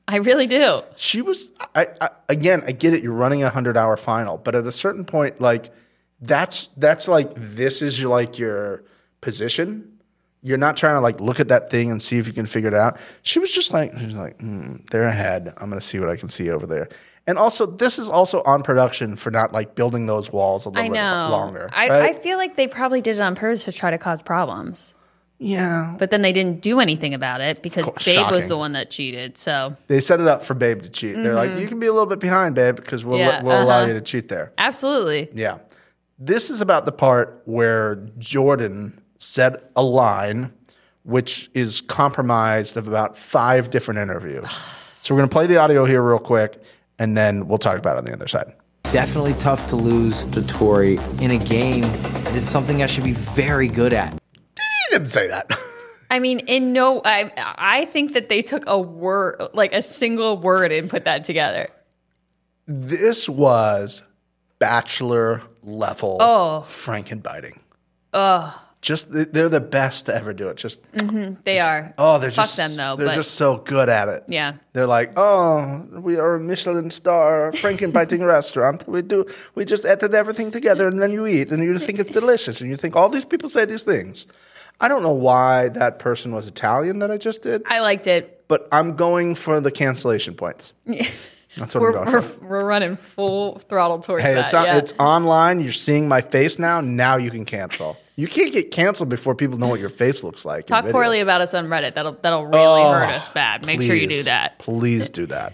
[SPEAKER 2] I really do.
[SPEAKER 1] she was I, I again i get it you're running a hundred hour final but at a certain point like that's that's like this is your like your position you're not trying to like look at that thing and see if you can figure it out she was just like she's like hmm, they're ahead i'm gonna see what i can see over there and also this is also on production for not like building those walls a little
[SPEAKER 2] I
[SPEAKER 1] bit
[SPEAKER 2] know.
[SPEAKER 1] longer
[SPEAKER 2] I,
[SPEAKER 1] right?
[SPEAKER 2] I feel like they probably did it on purpose to try to cause problems,
[SPEAKER 1] yeah
[SPEAKER 2] but then they didn't do anything about it because Babe was
[SPEAKER 1] shocking.
[SPEAKER 2] the one that cheated. So
[SPEAKER 1] they set it up for babe to cheat they're like you can be a little bit behind babe because we'll,
[SPEAKER 2] Mm-hmm. Yeah,
[SPEAKER 1] we'll allow
[SPEAKER 2] uh-huh.
[SPEAKER 1] you to cheat there
[SPEAKER 2] absolutely,
[SPEAKER 1] Yeah. This is about the part where Jordan set a line which is compromised of about five different <sighs> interviews. so we're going to play the audio here real quick and then we'll talk about it on the other side.
[SPEAKER 3] Definitely tough to lose to Tori in a game that is something I should be very good at.
[SPEAKER 1] He didn't say that. <laughs>
[SPEAKER 2] I mean, in no, I I think that they took a word, like a single word, and put that together.
[SPEAKER 1] this was bachelor level frankenbiting. Oh. Just they- they're the best to ever do it. Just
[SPEAKER 2] They are.
[SPEAKER 1] oh, they're
[SPEAKER 2] Fuck
[SPEAKER 1] just
[SPEAKER 2] them, though,
[SPEAKER 1] They're
[SPEAKER 2] but-
[SPEAKER 1] just so good at it.
[SPEAKER 2] Yeah.
[SPEAKER 1] They're like, oh, we are a Michelin star Frankenbiting
[SPEAKER 2] <laughs>
[SPEAKER 1] restaurant. We do, we just edited everything together, and then you eat, and you think it's delicious, and you think all these people say these things. I don't know why that person was Italian that I just did,
[SPEAKER 2] I liked it.
[SPEAKER 1] but I'm going for the
[SPEAKER 2] <laughs>
[SPEAKER 1] cancellation points. That's what
[SPEAKER 2] We're,
[SPEAKER 1] I'm going
[SPEAKER 2] we're,
[SPEAKER 1] for.
[SPEAKER 2] we're running full throttle towards
[SPEAKER 1] Hey,
[SPEAKER 2] that.
[SPEAKER 1] it's on,
[SPEAKER 2] yeah.
[SPEAKER 1] it's online. You're seeing my face now. Now you can cancel. You can't get canceled before people know what your face looks like. in
[SPEAKER 2] Talk
[SPEAKER 1] videos.
[SPEAKER 2] poorly about us on Reddit. That'll that'll really hurt us bad. Make sure you do
[SPEAKER 1] Oh, Please,
[SPEAKER 2] that.
[SPEAKER 1] Please do that.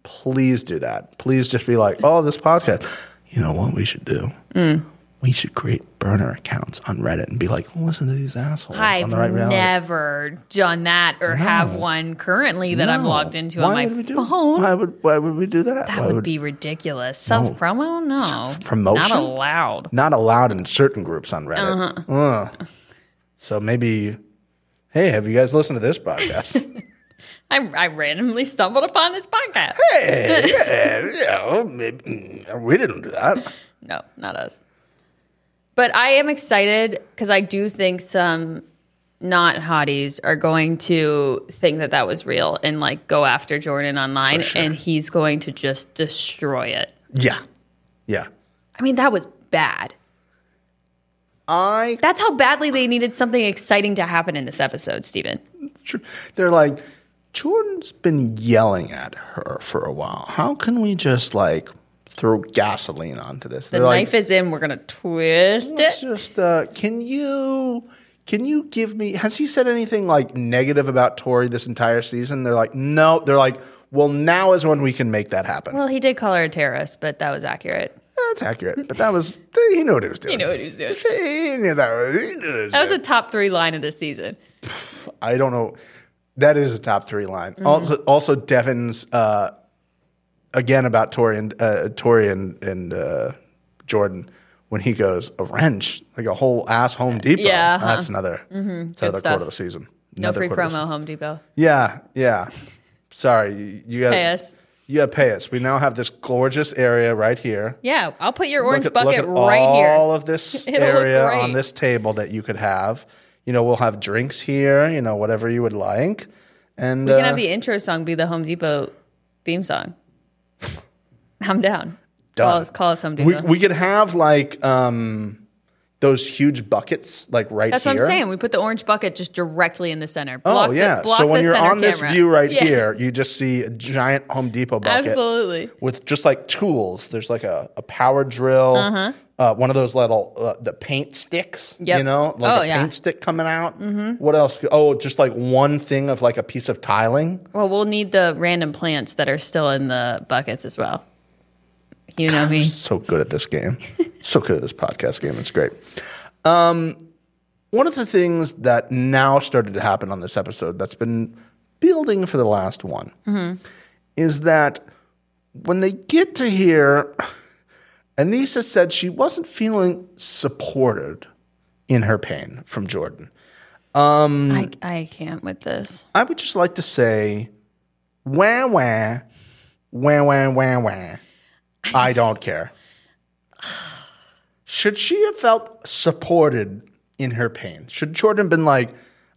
[SPEAKER 1] <laughs> please do that. Please just be like, oh, this podcast. You know what we should do?
[SPEAKER 2] Hmm.
[SPEAKER 1] We should create burner accounts on Reddit and be like, listen to these assholes on
[SPEAKER 2] I've
[SPEAKER 1] the right reality.
[SPEAKER 2] never done that or have one currently that I'm
[SPEAKER 1] No.
[SPEAKER 2] logged into
[SPEAKER 1] why
[SPEAKER 2] on my
[SPEAKER 1] would we do,
[SPEAKER 2] phone.
[SPEAKER 1] Why would why would we do that?
[SPEAKER 2] that
[SPEAKER 1] Why
[SPEAKER 2] would, be ridiculous. Self promo? No. Not
[SPEAKER 1] Self-promotion?
[SPEAKER 2] allowed.
[SPEAKER 1] not allowed in certain groups on Reddit.
[SPEAKER 2] Uh-huh.
[SPEAKER 1] Ugh. So maybe, hey, have you guys listened to this podcast? <laughs>
[SPEAKER 2] I, I randomly stumbled upon this podcast.
[SPEAKER 1] hey, yeah, yeah, well, maybe, mm, we didn't do that.
[SPEAKER 2] No, not us. But I am excited because I do think some not hotties are going to think that that was real and like go after Jordan online
[SPEAKER 1] sure.
[SPEAKER 2] and he's going to just destroy it.
[SPEAKER 1] Yeah, yeah.
[SPEAKER 2] I mean, that was bad.
[SPEAKER 1] I
[SPEAKER 2] That's how badly they needed something exciting to happen in this episode, Steven.
[SPEAKER 1] Sure. They're like, Jordan's been yelling at her for a while. How can we just like throw gasoline onto this?
[SPEAKER 2] The
[SPEAKER 1] They're like,
[SPEAKER 2] knife is in. We're going to twist
[SPEAKER 1] let's
[SPEAKER 2] it.
[SPEAKER 1] just uh, can you can you give me? Has he said anything like negative about Tori this entire season? They're like, no. They're like, well, now is when we can make that happen.
[SPEAKER 2] Well, he did call her a terrorist, but that was accurate.
[SPEAKER 1] That's accurate, but that was he knew what he was doing.
[SPEAKER 2] You know what he was doing.
[SPEAKER 1] He knew that. He knew what he was
[SPEAKER 2] That was
[SPEAKER 1] doing.
[SPEAKER 2] a top three line of the season.
[SPEAKER 1] I don't know. That is a top three line.
[SPEAKER 2] Mm-hmm.
[SPEAKER 1] Also, also Devin's uh, again about Tori and uh, Tori and, and uh, Jordan when he goes a wrench like a whole ass Home Depot.
[SPEAKER 2] Yeah, uh-huh.
[SPEAKER 1] that's another that's another
[SPEAKER 2] stuff.
[SPEAKER 1] quarter of the season.
[SPEAKER 2] No
[SPEAKER 1] Another
[SPEAKER 2] free
[SPEAKER 1] quarter of the
[SPEAKER 2] promo, Home Depot.
[SPEAKER 1] season. Yeah, yeah. Sorry, you, you got
[SPEAKER 2] Pay us.
[SPEAKER 1] You got to pay us. We now have this gorgeous area right here.
[SPEAKER 2] Yeah, I'll put your orange
[SPEAKER 1] Look at-
[SPEAKER 2] bucket
[SPEAKER 1] look at
[SPEAKER 2] right
[SPEAKER 1] all
[SPEAKER 2] here. <laughs>
[SPEAKER 1] of this
[SPEAKER 2] It'll look
[SPEAKER 1] area
[SPEAKER 2] great.
[SPEAKER 1] on this table that you could have. You know, we'll have drinks here. You know, whatever you would like. And
[SPEAKER 2] We can
[SPEAKER 1] uh,
[SPEAKER 2] have the intro song be the Home Depot theme
[SPEAKER 1] <laughs>
[SPEAKER 2] song. I'm down. Call
[SPEAKER 1] Done.
[SPEAKER 2] us, call us Home
[SPEAKER 1] we,
[SPEAKER 2] Depot.
[SPEAKER 1] we could have like um, those huge buckets like right
[SPEAKER 2] That's
[SPEAKER 1] here.
[SPEAKER 2] what I'm saying. We put the orange bucket just directly in the center. Block
[SPEAKER 1] Oh
[SPEAKER 2] the-
[SPEAKER 1] yeah.
[SPEAKER 2] block
[SPEAKER 1] so when
[SPEAKER 2] the
[SPEAKER 1] you're
[SPEAKER 2] center
[SPEAKER 1] on this
[SPEAKER 2] camera.
[SPEAKER 1] view right
[SPEAKER 2] Yeah, <laughs>
[SPEAKER 1] here, you just see a giant Home Depot bucket.
[SPEAKER 2] Absolutely.
[SPEAKER 1] With just like tools, there's like a, a power drill, uh one of those little uh, the paint sticks,
[SPEAKER 2] Uh-huh. Yep.
[SPEAKER 1] you know, like
[SPEAKER 2] Oh,
[SPEAKER 1] a
[SPEAKER 2] yeah. Mm-hmm.
[SPEAKER 1] paint stick coming out. What else? Oh, just like one thing of like a piece of tiling.
[SPEAKER 2] Well, we'll need the random plants that are still in the buckets as well. You know me.
[SPEAKER 1] so good at this game. <laughs> so good at this podcast game. It's great. Um, one of the things that now started to happen on this episode that's been building for the last one is that when they get to here, Anissa said she wasn't feeling supported in her pain from Jordan.
[SPEAKER 2] I,
[SPEAKER 1] Mm.
[SPEAKER 2] I can't with this.
[SPEAKER 1] I would just like to say, wah, wah, wah, wah, wah, wah. <sighs> I don't care. Should she have felt supported in her pain. Should Jordan been like,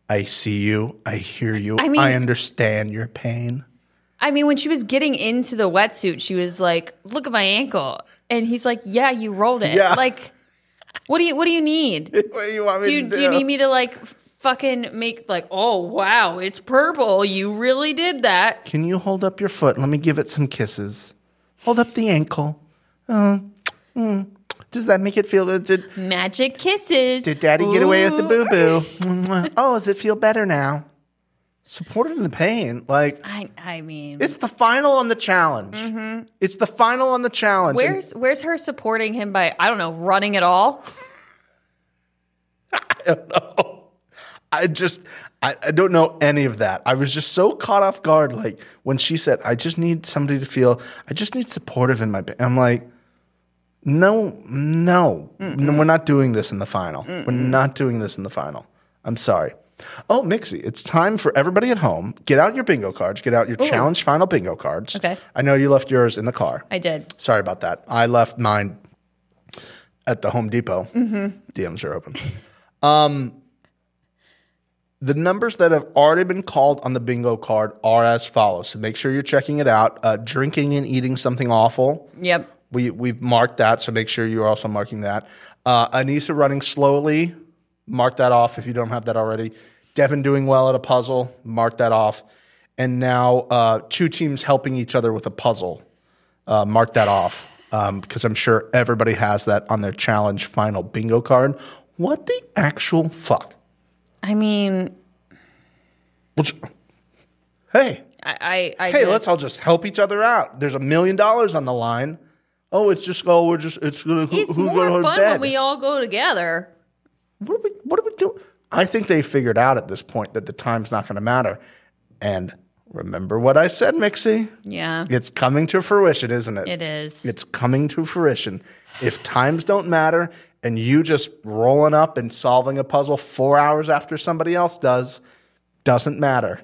[SPEAKER 1] I see you, I hear you,
[SPEAKER 2] I
[SPEAKER 1] I,
[SPEAKER 2] mean-
[SPEAKER 1] understand your pain?
[SPEAKER 2] I mean, when she was getting into the wetsuit, she was like, "Look at my ankle," and he's like, "Yeah, you rolled it."
[SPEAKER 1] Yeah.
[SPEAKER 2] Like, what do you what do you need? do,
[SPEAKER 1] <laughs> What do you want me
[SPEAKER 2] you,
[SPEAKER 1] to
[SPEAKER 2] do you need me to like f- fucking make like, oh wow, it's purple. You really did that.
[SPEAKER 1] Can you hold up your foot? Let me give it some kisses. Hold up the ankle. Uh, mm. Does that make it feel? uh, Did,
[SPEAKER 2] Magic kisses.
[SPEAKER 1] did daddy get away with the
[SPEAKER 2] Ooh.
[SPEAKER 1] boo boo? oh, does it feel better now? Support it in the pain. Like,
[SPEAKER 2] I I mean,
[SPEAKER 1] it's the final on the challenge. It's the final on the challenge. And
[SPEAKER 2] where's where's her supporting him by I don't know running at all?
[SPEAKER 1] I just, I, I don't know any of that. I was just so caught off guard. Like when she said, I just need somebody to feel, I just need supportive in my, ba-" I'm like, no, no, no, we're not doing this in the final. We're not doing this in the final. I'm sorry. Oh, Mixie, it's time for everybody at home. Get out your bingo cards. Get out your challenge final bingo cards.
[SPEAKER 2] Okay.
[SPEAKER 1] I know you left yours in the car.
[SPEAKER 2] I did.
[SPEAKER 1] Sorry about that. I left mine at the Home Depot. DMs are open. Um, the numbers that have already been called on the bingo card are as follows. So make sure you're checking it out. Uh, drinking and eating something awful.
[SPEAKER 2] Yep.
[SPEAKER 1] We we've marked that, so make sure you're also marking that. Uh, Anissa running slowly, mark that off if you don't have that already. Devin doing well at a puzzle, mark that off. And now uh, two teams helping each other with a puzzle, uh, mark that off because I'm sure everybody has that on their challenge final bingo card. What the actual fuck?
[SPEAKER 2] I mean,
[SPEAKER 1] Which, hey,
[SPEAKER 2] I I, I
[SPEAKER 1] hey, let's all just help each other out. There's a million dollars on the line. Oh, it's just oh, we're just it's gonna who,
[SPEAKER 2] It's
[SPEAKER 1] who
[SPEAKER 2] more
[SPEAKER 1] go to
[SPEAKER 2] fun
[SPEAKER 1] bed.
[SPEAKER 2] when we all go together.
[SPEAKER 1] what are we what are we doing? I think they figured out at this point that the time's not gonna matter. And remember what I said, Mixie?
[SPEAKER 2] Yeah,
[SPEAKER 1] It's coming to fruition, isn't it?
[SPEAKER 2] it is.
[SPEAKER 1] It's coming to fruition. If times don't matter and you just rolling up and solving a puzzle four hours after somebody else does, doesn't matter.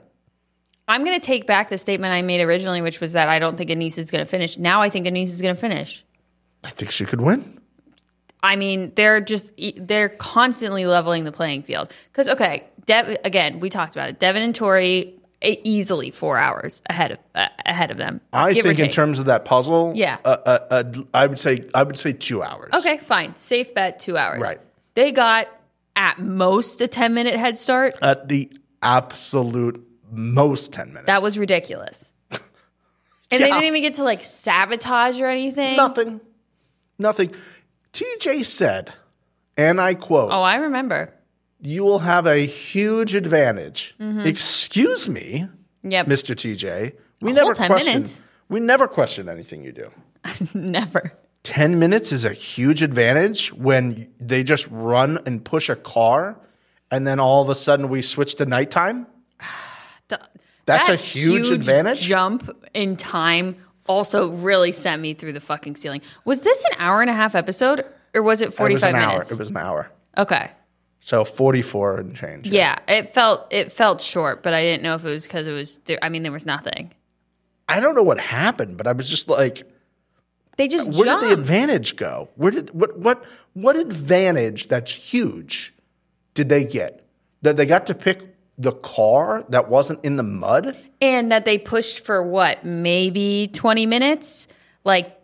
[SPEAKER 2] I'm going to take back the statement I made originally, which was that I don't think Anise is going to finish. Now I think Anise is going to finish.
[SPEAKER 1] I think she could win.
[SPEAKER 2] I mean, they're just e, they're constantly leveling the playing field. Because okay, Dev, again, we talked about it. Devin and Tori e- easily four hours ahead of uh, ahead of them.
[SPEAKER 1] I
[SPEAKER 2] give or
[SPEAKER 1] think in
[SPEAKER 2] take.
[SPEAKER 1] terms of that puzzle,
[SPEAKER 2] Yeah.
[SPEAKER 1] uh, uh, uh, I would say I would say two hours.
[SPEAKER 2] Okay, fine, safe bet two hours.
[SPEAKER 1] Right.
[SPEAKER 2] They got at most a ten minute head start.
[SPEAKER 1] at the absolute most ten minutes.
[SPEAKER 2] That was
[SPEAKER 1] <laughs>
[SPEAKER 2] ridiculous. And they
[SPEAKER 1] Yeah.
[SPEAKER 2] didn't even get to like sabotage or anything.
[SPEAKER 1] nothing, nothing. TJ said, and I quote:
[SPEAKER 2] Oh, I remember.
[SPEAKER 1] "You will have a huge advantage."
[SPEAKER 2] Mm-hmm.
[SPEAKER 1] Excuse me,
[SPEAKER 2] Yep.
[SPEAKER 1] Mr. TJ. We
[SPEAKER 2] A whole
[SPEAKER 1] never
[SPEAKER 2] 10
[SPEAKER 1] question.
[SPEAKER 2] minutes.
[SPEAKER 1] We never question anything you do.
[SPEAKER 2] <laughs> Never.
[SPEAKER 1] Ten minutes is a huge advantage when they just run and push a car, and then all of a sudden we switch to nighttime.
[SPEAKER 2] D-
[SPEAKER 1] That's
[SPEAKER 2] that
[SPEAKER 1] a huge advantage?
[SPEAKER 2] Jump in time also really sent me through the fucking ceiling. Was this an hour and a half episode or was it
[SPEAKER 1] It was
[SPEAKER 2] 45
[SPEAKER 1] an
[SPEAKER 2] minutes?
[SPEAKER 1] hour. It was an hour.
[SPEAKER 2] okay.
[SPEAKER 1] So 44 and change.
[SPEAKER 2] Yeah, it felt it felt short, but I didn't know if it was cuz it was there I mean there was nothing.
[SPEAKER 1] I don't know what happened, but I was just like,
[SPEAKER 2] They just
[SPEAKER 1] where
[SPEAKER 2] jumped.
[SPEAKER 1] did the advantage go? Where did what what what advantage that's huge did they get? That they got to pick the car that wasn't in the mud?
[SPEAKER 2] and that they pushed for what? Maybe 20 minutes? Like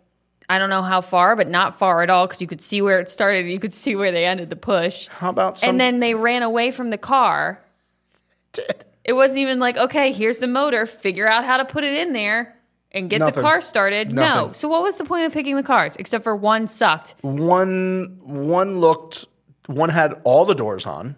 [SPEAKER 2] I don't know how far, but not far at all cuz you could see where it started, and you could see where they ended the push.
[SPEAKER 1] How about some
[SPEAKER 2] and then they ran away from the car. It wasn't even like, okay, here's the motor, figure out how to put it in there and get the
[SPEAKER 1] Nothing.
[SPEAKER 2] car started. No.
[SPEAKER 1] Nothing.
[SPEAKER 2] So what was the point of picking the cars? Except for one sucked.
[SPEAKER 1] one one looked one had all the doors on,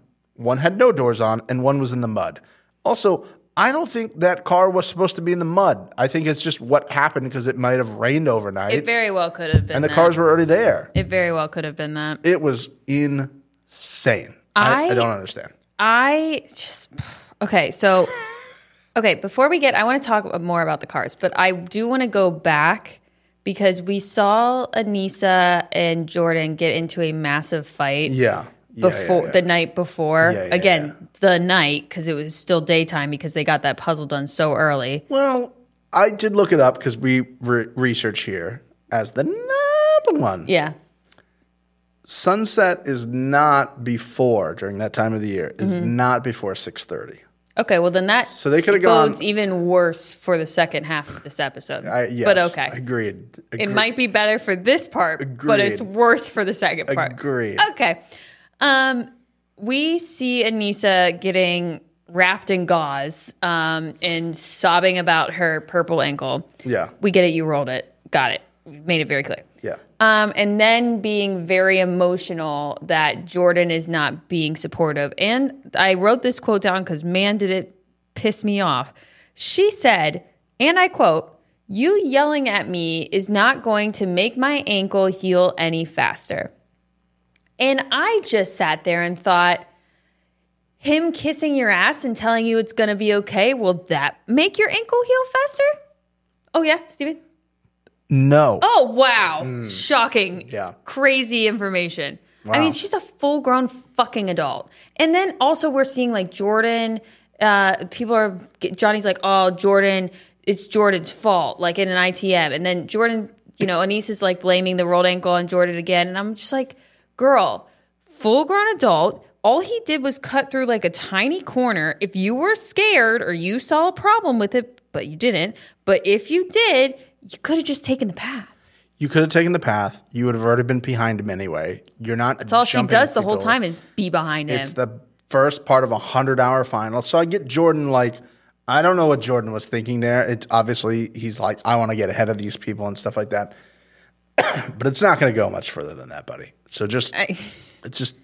[SPEAKER 1] one had no doors on, and one was in the mud. Also, I don't think that car was supposed to be in the mud. I think it's just what happened because it might have rained overnight
[SPEAKER 2] It very well could have been
[SPEAKER 1] and the
[SPEAKER 2] that.
[SPEAKER 1] cars were already there.
[SPEAKER 2] It very well could have been that.
[SPEAKER 1] It was insane.
[SPEAKER 2] I-
[SPEAKER 1] I, I don't understand.
[SPEAKER 2] I just okay.
[SPEAKER 1] <laughs>
[SPEAKER 2] So okay, before we get, I want to talk more about the cars, but I do want to go back because we saw Anissa and Jordan get into a massive fight.
[SPEAKER 1] Yeah. Yeah, yeah,
[SPEAKER 2] before
[SPEAKER 1] yeah.
[SPEAKER 2] the night before.
[SPEAKER 1] Yeah, yeah,
[SPEAKER 2] Again,
[SPEAKER 1] yeah.
[SPEAKER 2] the night because it was still daytime because they got that puzzle done so early.
[SPEAKER 1] Well, I did look it up because we re- research here as the number one.
[SPEAKER 2] Yeah.
[SPEAKER 1] sunset is not before during that time of the year is
[SPEAKER 2] Mm-hmm.
[SPEAKER 1] not before 6.30
[SPEAKER 2] Okay, well then that
[SPEAKER 1] So they could have gone-
[SPEAKER 2] bodes even worse for the second half of this episode.
[SPEAKER 1] I, yes,
[SPEAKER 2] but okay,
[SPEAKER 1] agreed,
[SPEAKER 2] it
[SPEAKER 1] Agre-
[SPEAKER 2] might be better for this part, but it's
[SPEAKER 1] Agreed.
[SPEAKER 2] worse for the second part.
[SPEAKER 1] agreed
[SPEAKER 2] Okay, um, we see Anissa getting wrapped in gauze um, and sobbing about her purple ankle.
[SPEAKER 1] yeah
[SPEAKER 2] We get it. You rolled it. Got it. We've Made it very clear.
[SPEAKER 1] yeah
[SPEAKER 2] Um, and then being very emotional that Jordan is not being supportive. And I wrote this quote down because, man, did it piss me off. She said, and I quote, You yelling at me is not going to make my ankle heal any faster. And I just sat there and thought, him kissing your ass and telling you it's going to be okay, will that make your ankle heal faster? Oh, yeah, Steven?
[SPEAKER 1] no
[SPEAKER 2] Oh wow! Shocking.
[SPEAKER 1] Mm. Yeah.
[SPEAKER 2] Crazy information. I mean,
[SPEAKER 1] Wow.
[SPEAKER 2] she's a full-grown fucking adult. And then also we're seeing like Jordan. Uh, people are Johnny's like, oh Jordan, it's Jordan's fault. Like in an ITM, and then Jordan, you know, Anise is like blaming the rolled ankle on Jordan again, and I'm just like, girl, full-grown adult. All he did was cut through like a tiny corner. If you were scared or you saw a problem with it, but you didn't. But if you did, you could have just taken the path.
[SPEAKER 1] you could have taken the path you would have already been behind him anyway you're not
[SPEAKER 2] That's all she does the whole time is be behind him.
[SPEAKER 1] It's the first part of a hundred hour final. So I get Jordan like I don't know what Jordan was thinking there. It's obviously he's like, I want to get ahead of these people and stuff like that. <clears throat> but it's not gonna go much further than that, buddy. So just it's just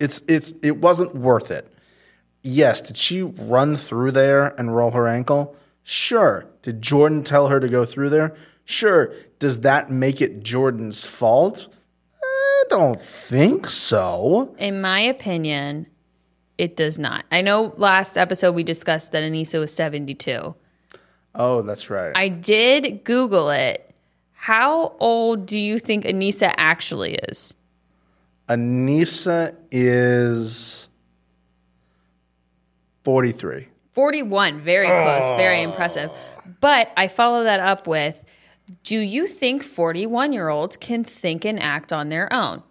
[SPEAKER 1] it's it's it wasn't worth it. Yes, did she run through there and roll her ankle? Sure. Did Jordan tell her to go through there? Sure. Does that make it Jordan's fault? I don't think so.
[SPEAKER 2] In my opinion, it does not. I know last episode we discussed that Anissa was 72.
[SPEAKER 1] Oh, that's right.
[SPEAKER 2] I did Google it. How old do you think Anissa actually is?
[SPEAKER 1] Anissa is 43.
[SPEAKER 2] 41. Very close. Very
[SPEAKER 1] Oh.
[SPEAKER 2] impressive. But I follow that up with do you think 41 year olds can think and act on their own?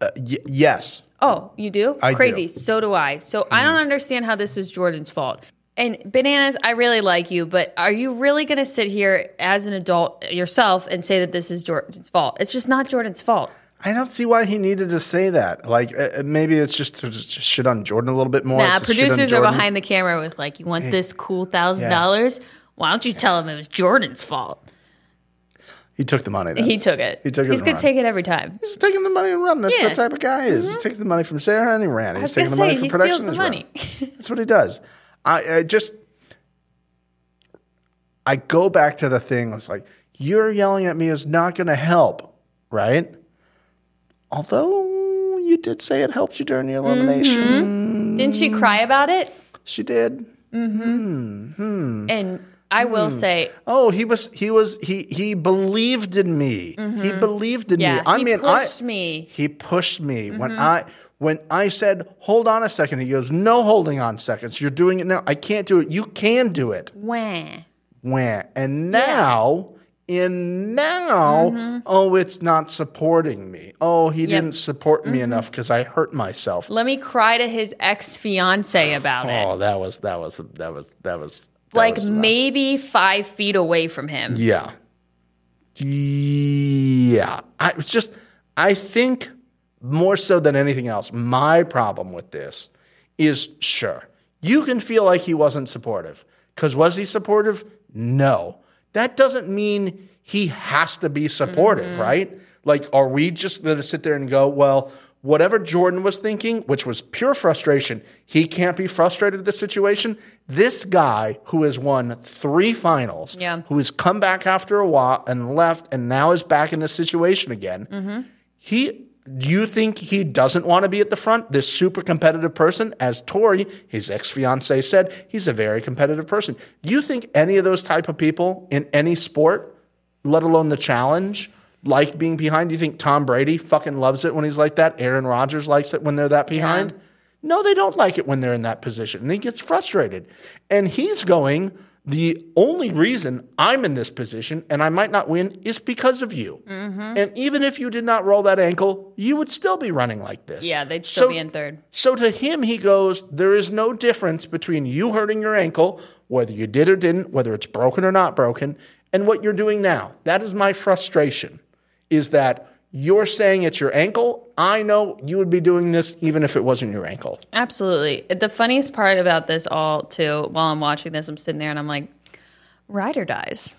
[SPEAKER 1] Uh, Y- yes.
[SPEAKER 2] Oh, you do?
[SPEAKER 1] I do. Mm-hmm.
[SPEAKER 2] Crazy. So do I. So I don't understand how this is Jordan's fault. And bananas, I really like you, but are you really going to sit here as an adult yourself and say that this is Jordan's fault? It's just not Jordan's fault.
[SPEAKER 1] I don't see why he needed to say that. Like, uh, uh, maybe it's just to just shit on Jordan a little bit more.
[SPEAKER 2] Nah,
[SPEAKER 1] It's to shit on
[SPEAKER 2] producers are
[SPEAKER 1] Jordan.
[SPEAKER 2] behind the camera with like, you want this cool thousand dollars? Why don't you tell him it was Jordan's fault?
[SPEAKER 1] He took the money. Then.
[SPEAKER 2] He
[SPEAKER 1] He
[SPEAKER 2] took it.
[SPEAKER 1] He took it
[SPEAKER 2] He's
[SPEAKER 1] and
[SPEAKER 2] gonna
[SPEAKER 1] ran.
[SPEAKER 2] take it every time.
[SPEAKER 1] he's taking the money and run. That's
[SPEAKER 2] Yeah. Mm-hmm.
[SPEAKER 1] the type of guy he is. He took the money from Sarah and he ran. He's
[SPEAKER 2] was
[SPEAKER 1] taking the
[SPEAKER 2] gonna say,
[SPEAKER 1] money from
[SPEAKER 2] he steals
[SPEAKER 1] production.
[SPEAKER 2] the
[SPEAKER 1] and he's running.
[SPEAKER 2] money.
[SPEAKER 1] That's what he does. I, I just, I go back to the thing. It's like you're yelling at me is not going to help, right? Although you did say it helped you during the elimination,
[SPEAKER 2] <laughs> Mm-hmm. Didn't she cry about it?
[SPEAKER 1] she did. Mm.
[SPEAKER 2] And I will say,
[SPEAKER 1] Oh, he was he was he he believed in me. He believed in
[SPEAKER 2] Mm-hmm. Yeah,
[SPEAKER 1] me. I
[SPEAKER 2] he
[SPEAKER 1] mean,
[SPEAKER 2] pushed
[SPEAKER 1] I,
[SPEAKER 2] me. Mm-hmm.
[SPEAKER 1] He pushed me when I when I said, "Hold on a second. He goes, "No, holding on seconds. You're doing it now. I can't do it. You can do it."
[SPEAKER 2] wah.
[SPEAKER 1] Wah. And now, in now,
[SPEAKER 2] Mm-hmm.
[SPEAKER 1] oh, it's not supporting me. Oh, he didn't support
[SPEAKER 2] Mm-hmm.
[SPEAKER 1] me enough because I hurt myself.
[SPEAKER 2] Let me cry to his ex fiance about it.
[SPEAKER 1] Oh, that was that was that was that was that
[SPEAKER 2] like
[SPEAKER 1] was-
[SPEAKER 2] maybe five feet away from him.
[SPEAKER 1] Yeah. Yeah. I it's just I think more so than anything else, my problem with this is sure, you can feel like he wasn't supportive. Cause was he supportive? No. That doesn't mean he has to be supportive, right? Like, are we just gonna sit there and go, well, whatever Jordan was thinking, which was pure frustration, he can't be frustrated at this situation. This guy who has won three finals,
[SPEAKER 2] Yeah.
[SPEAKER 1] who has come back after a while and left and now is back in this situation again. He do you think he doesn't want to be at the front? This super competitive person, as Tori, his ex fiance said, he's a very competitive person. Do you think any of those type of people in any sport, let alone the challenge, like being behind? Do you think Tom Brady fucking loves it when he's like that? Aaron Rodgers likes it when they're that behind? No, they don't like it when they're in that position. And he gets frustrated. And he's going, The only reason I'm in this position and I might not win is because of you.
[SPEAKER 2] Mm-hmm.
[SPEAKER 1] And even if you did not roll that ankle, you would still be running like this.
[SPEAKER 2] Yeah, they'd still
[SPEAKER 1] So-
[SPEAKER 2] be in third.
[SPEAKER 1] So to him, he goes, There is no difference between you hurting your ankle, whether you did or didn't, whether it's broken or not broken, and what you're doing now. That is my frustration, is that you're saying it's your ankle. I know you would be doing this even if it wasn't your ankle.
[SPEAKER 2] Absolutely. The funniest part about this all, too, while I'm watching this, I'm sitting there and I'm like, Ryder dies.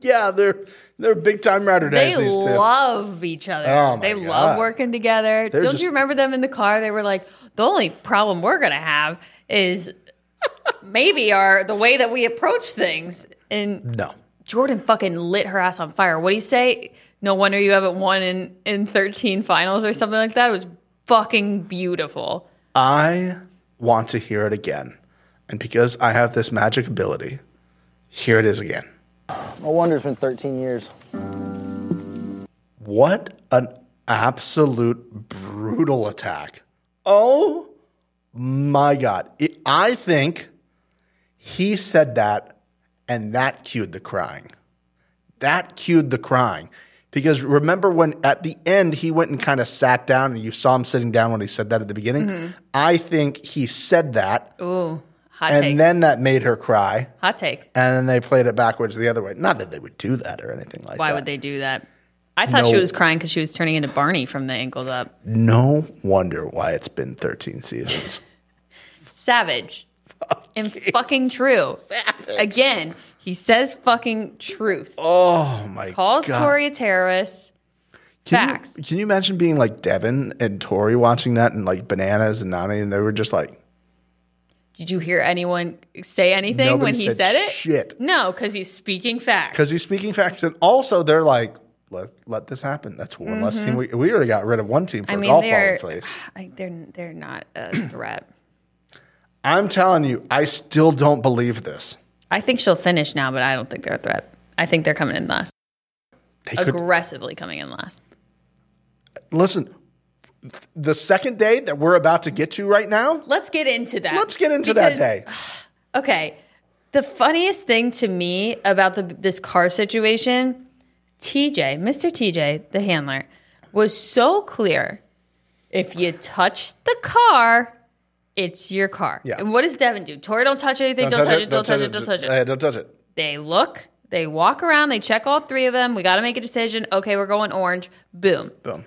[SPEAKER 4] Yeah, they're they're big time router
[SPEAKER 2] They
[SPEAKER 4] days. These two.
[SPEAKER 2] love each other.
[SPEAKER 4] Oh, my
[SPEAKER 2] they
[SPEAKER 4] God.
[SPEAKER 2] love working together. Don't
[SPEAKER 4] just-
[SPEAKER 2] you remember them in the car? They were like, the only problem we're going to have
[SPEAKER 4] <laughs>
[SPEAKER 2] is maybe our the way that we approach things. And
[SPEAKER 4] no,
[SPEAKER 2] Jordan fucking lit her ass on fire. What do you say? No wonder you haven't won in, in 13 finals or something like that. It was fucking beautiful.
[SPEAKER 4] I want to hear it again, and because I have this magic ability, here it is again.
[SPEAKER 5] No wonder it's been 13 years.
[SPEAKER 4] What an absolute brutal attack. Oh my God. It- I think he said that and that cued the crying. That cued the crying. Because remember when at the end he went and kind of sat down and you saw him sitting down when he said that at the beginning?
[SPEAKER 2] Mm-hmm.
[SPEAKER 4] I think he said that
[SPEAKER 2] Hot
[SPEAKER 4] and
[SPEAKER 2] take.
[SPEAKER 4] then that made her cry.
[SPEAKER 2] Hot take.
[SPEAKER 4] And then they played it backwards the other way. Not that they would do that or anything like
[SPEAKER 2] Why
[SPEAKER 4] that.
[SPEAKER 2] would they do that? I thought she
[SPEAKER 4] No.
[SPEAKER 2] was crying because she was turning into Barney from the ankles up.
[SPEAKER 4] No wonder why it's been 13 seasons. <laughs>
[SPEAKER 2] Savage. and fucking true. Again, he says fucking truth.
[SPEAKER 4] Oh my
[SPEAKER 2] Calls
[SPEAKER 4] God.
[SPEAKER 2] Tori a terrorist.
[SPEAKER 4] Can you-
[SPEAKER 2] facts.
[SPEAKER 4] Can you, imagine being like Devin and Tori watching that and like bananas and Nani and they were just like
[SPEAKER 2] Did you hear anyone say anything
[SPEAKER 4] Nobody
[SPEAKER 2] when he
[SPEAKER 4] said
[SPEAKER 2] said, it?
[SPEAKER 4] shit.
[SPEAKER 2] No, because he's speaking facts.
[SPEAKER 4] because he's speaking facts and also they're like let let this happen. That's one less team. We, we already got rid of one team
[SPEAKER 2] Mm-hmm.
[SPEAKER 4] for
[SPEAKER 2] I
[SPEAKER 4] a
[SPEAKER 2] mean,
[SPEAKER 4] golf ball
[SPEAKER 2] they're
[SPEAKER 4] place.
[SPEAKER 2] I, they're they're not a threat.
[SPEAKER 4] I'm telling you, I still don't believe this.
[SPEAKER 2] I think she'll finish now, but I don't think they're a threat. I think they're coming in last,
[SPEAKER 4] They could
[SPEAKER 2] aggressively coming in last.
[SPEAKER 4] listen. The second day that we're about to get to right now,
[SPEAKER 2] Let's get into that.
[SPEAKER 4] let's get into
[SPEAKER 2] Because-
[SPEAKER 4] that day.
[SPEAKER 2] Okay. The funniest thing to me about the, this car situation, TJ, Mr. TJ, the handler, was so clear. If you touch the car, it's your car.
[SPEAKER 4] Yeah.
[SPEAKER 2] And what does Devin do? Tori, don't touch anything. Don't, touch, it. Don't touch it. Don't touch it.
[SPEAKER 4] Yeah, Don't touch it.
[SPEAKER 2] They look. They walk around. They check all three of them. We got to make a decision. Okay, we're going orange. Boom.
[SPEAKER 4] Boom.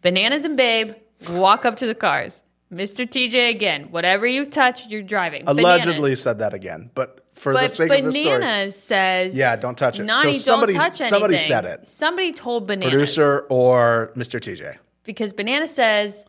[SPEAKER 2] Bananas and Babe walk up to the cars. Mr. TJ again. Whatever you touch, you're driving. Bananas.
[SPEAKER 4] Allegedly said that again, but for
[SPEAKER 2] But
[SPEAKER 4] the sake of the story.
[SPEAKER 2] bananas says,
[SPEAKER 4] Yeah, don't touch it. So
[SPEAKER 2] Nani,
[SPEAKER 4] somebody-
[SPEAKER 2] don't touch anything.
[SPEAKER 4] somebody said it.
[SPEAKER 2] Somebody told bananas
[SPEAKER 4] producer or Mr. TJ.
[SPEAKER 2] because banana says,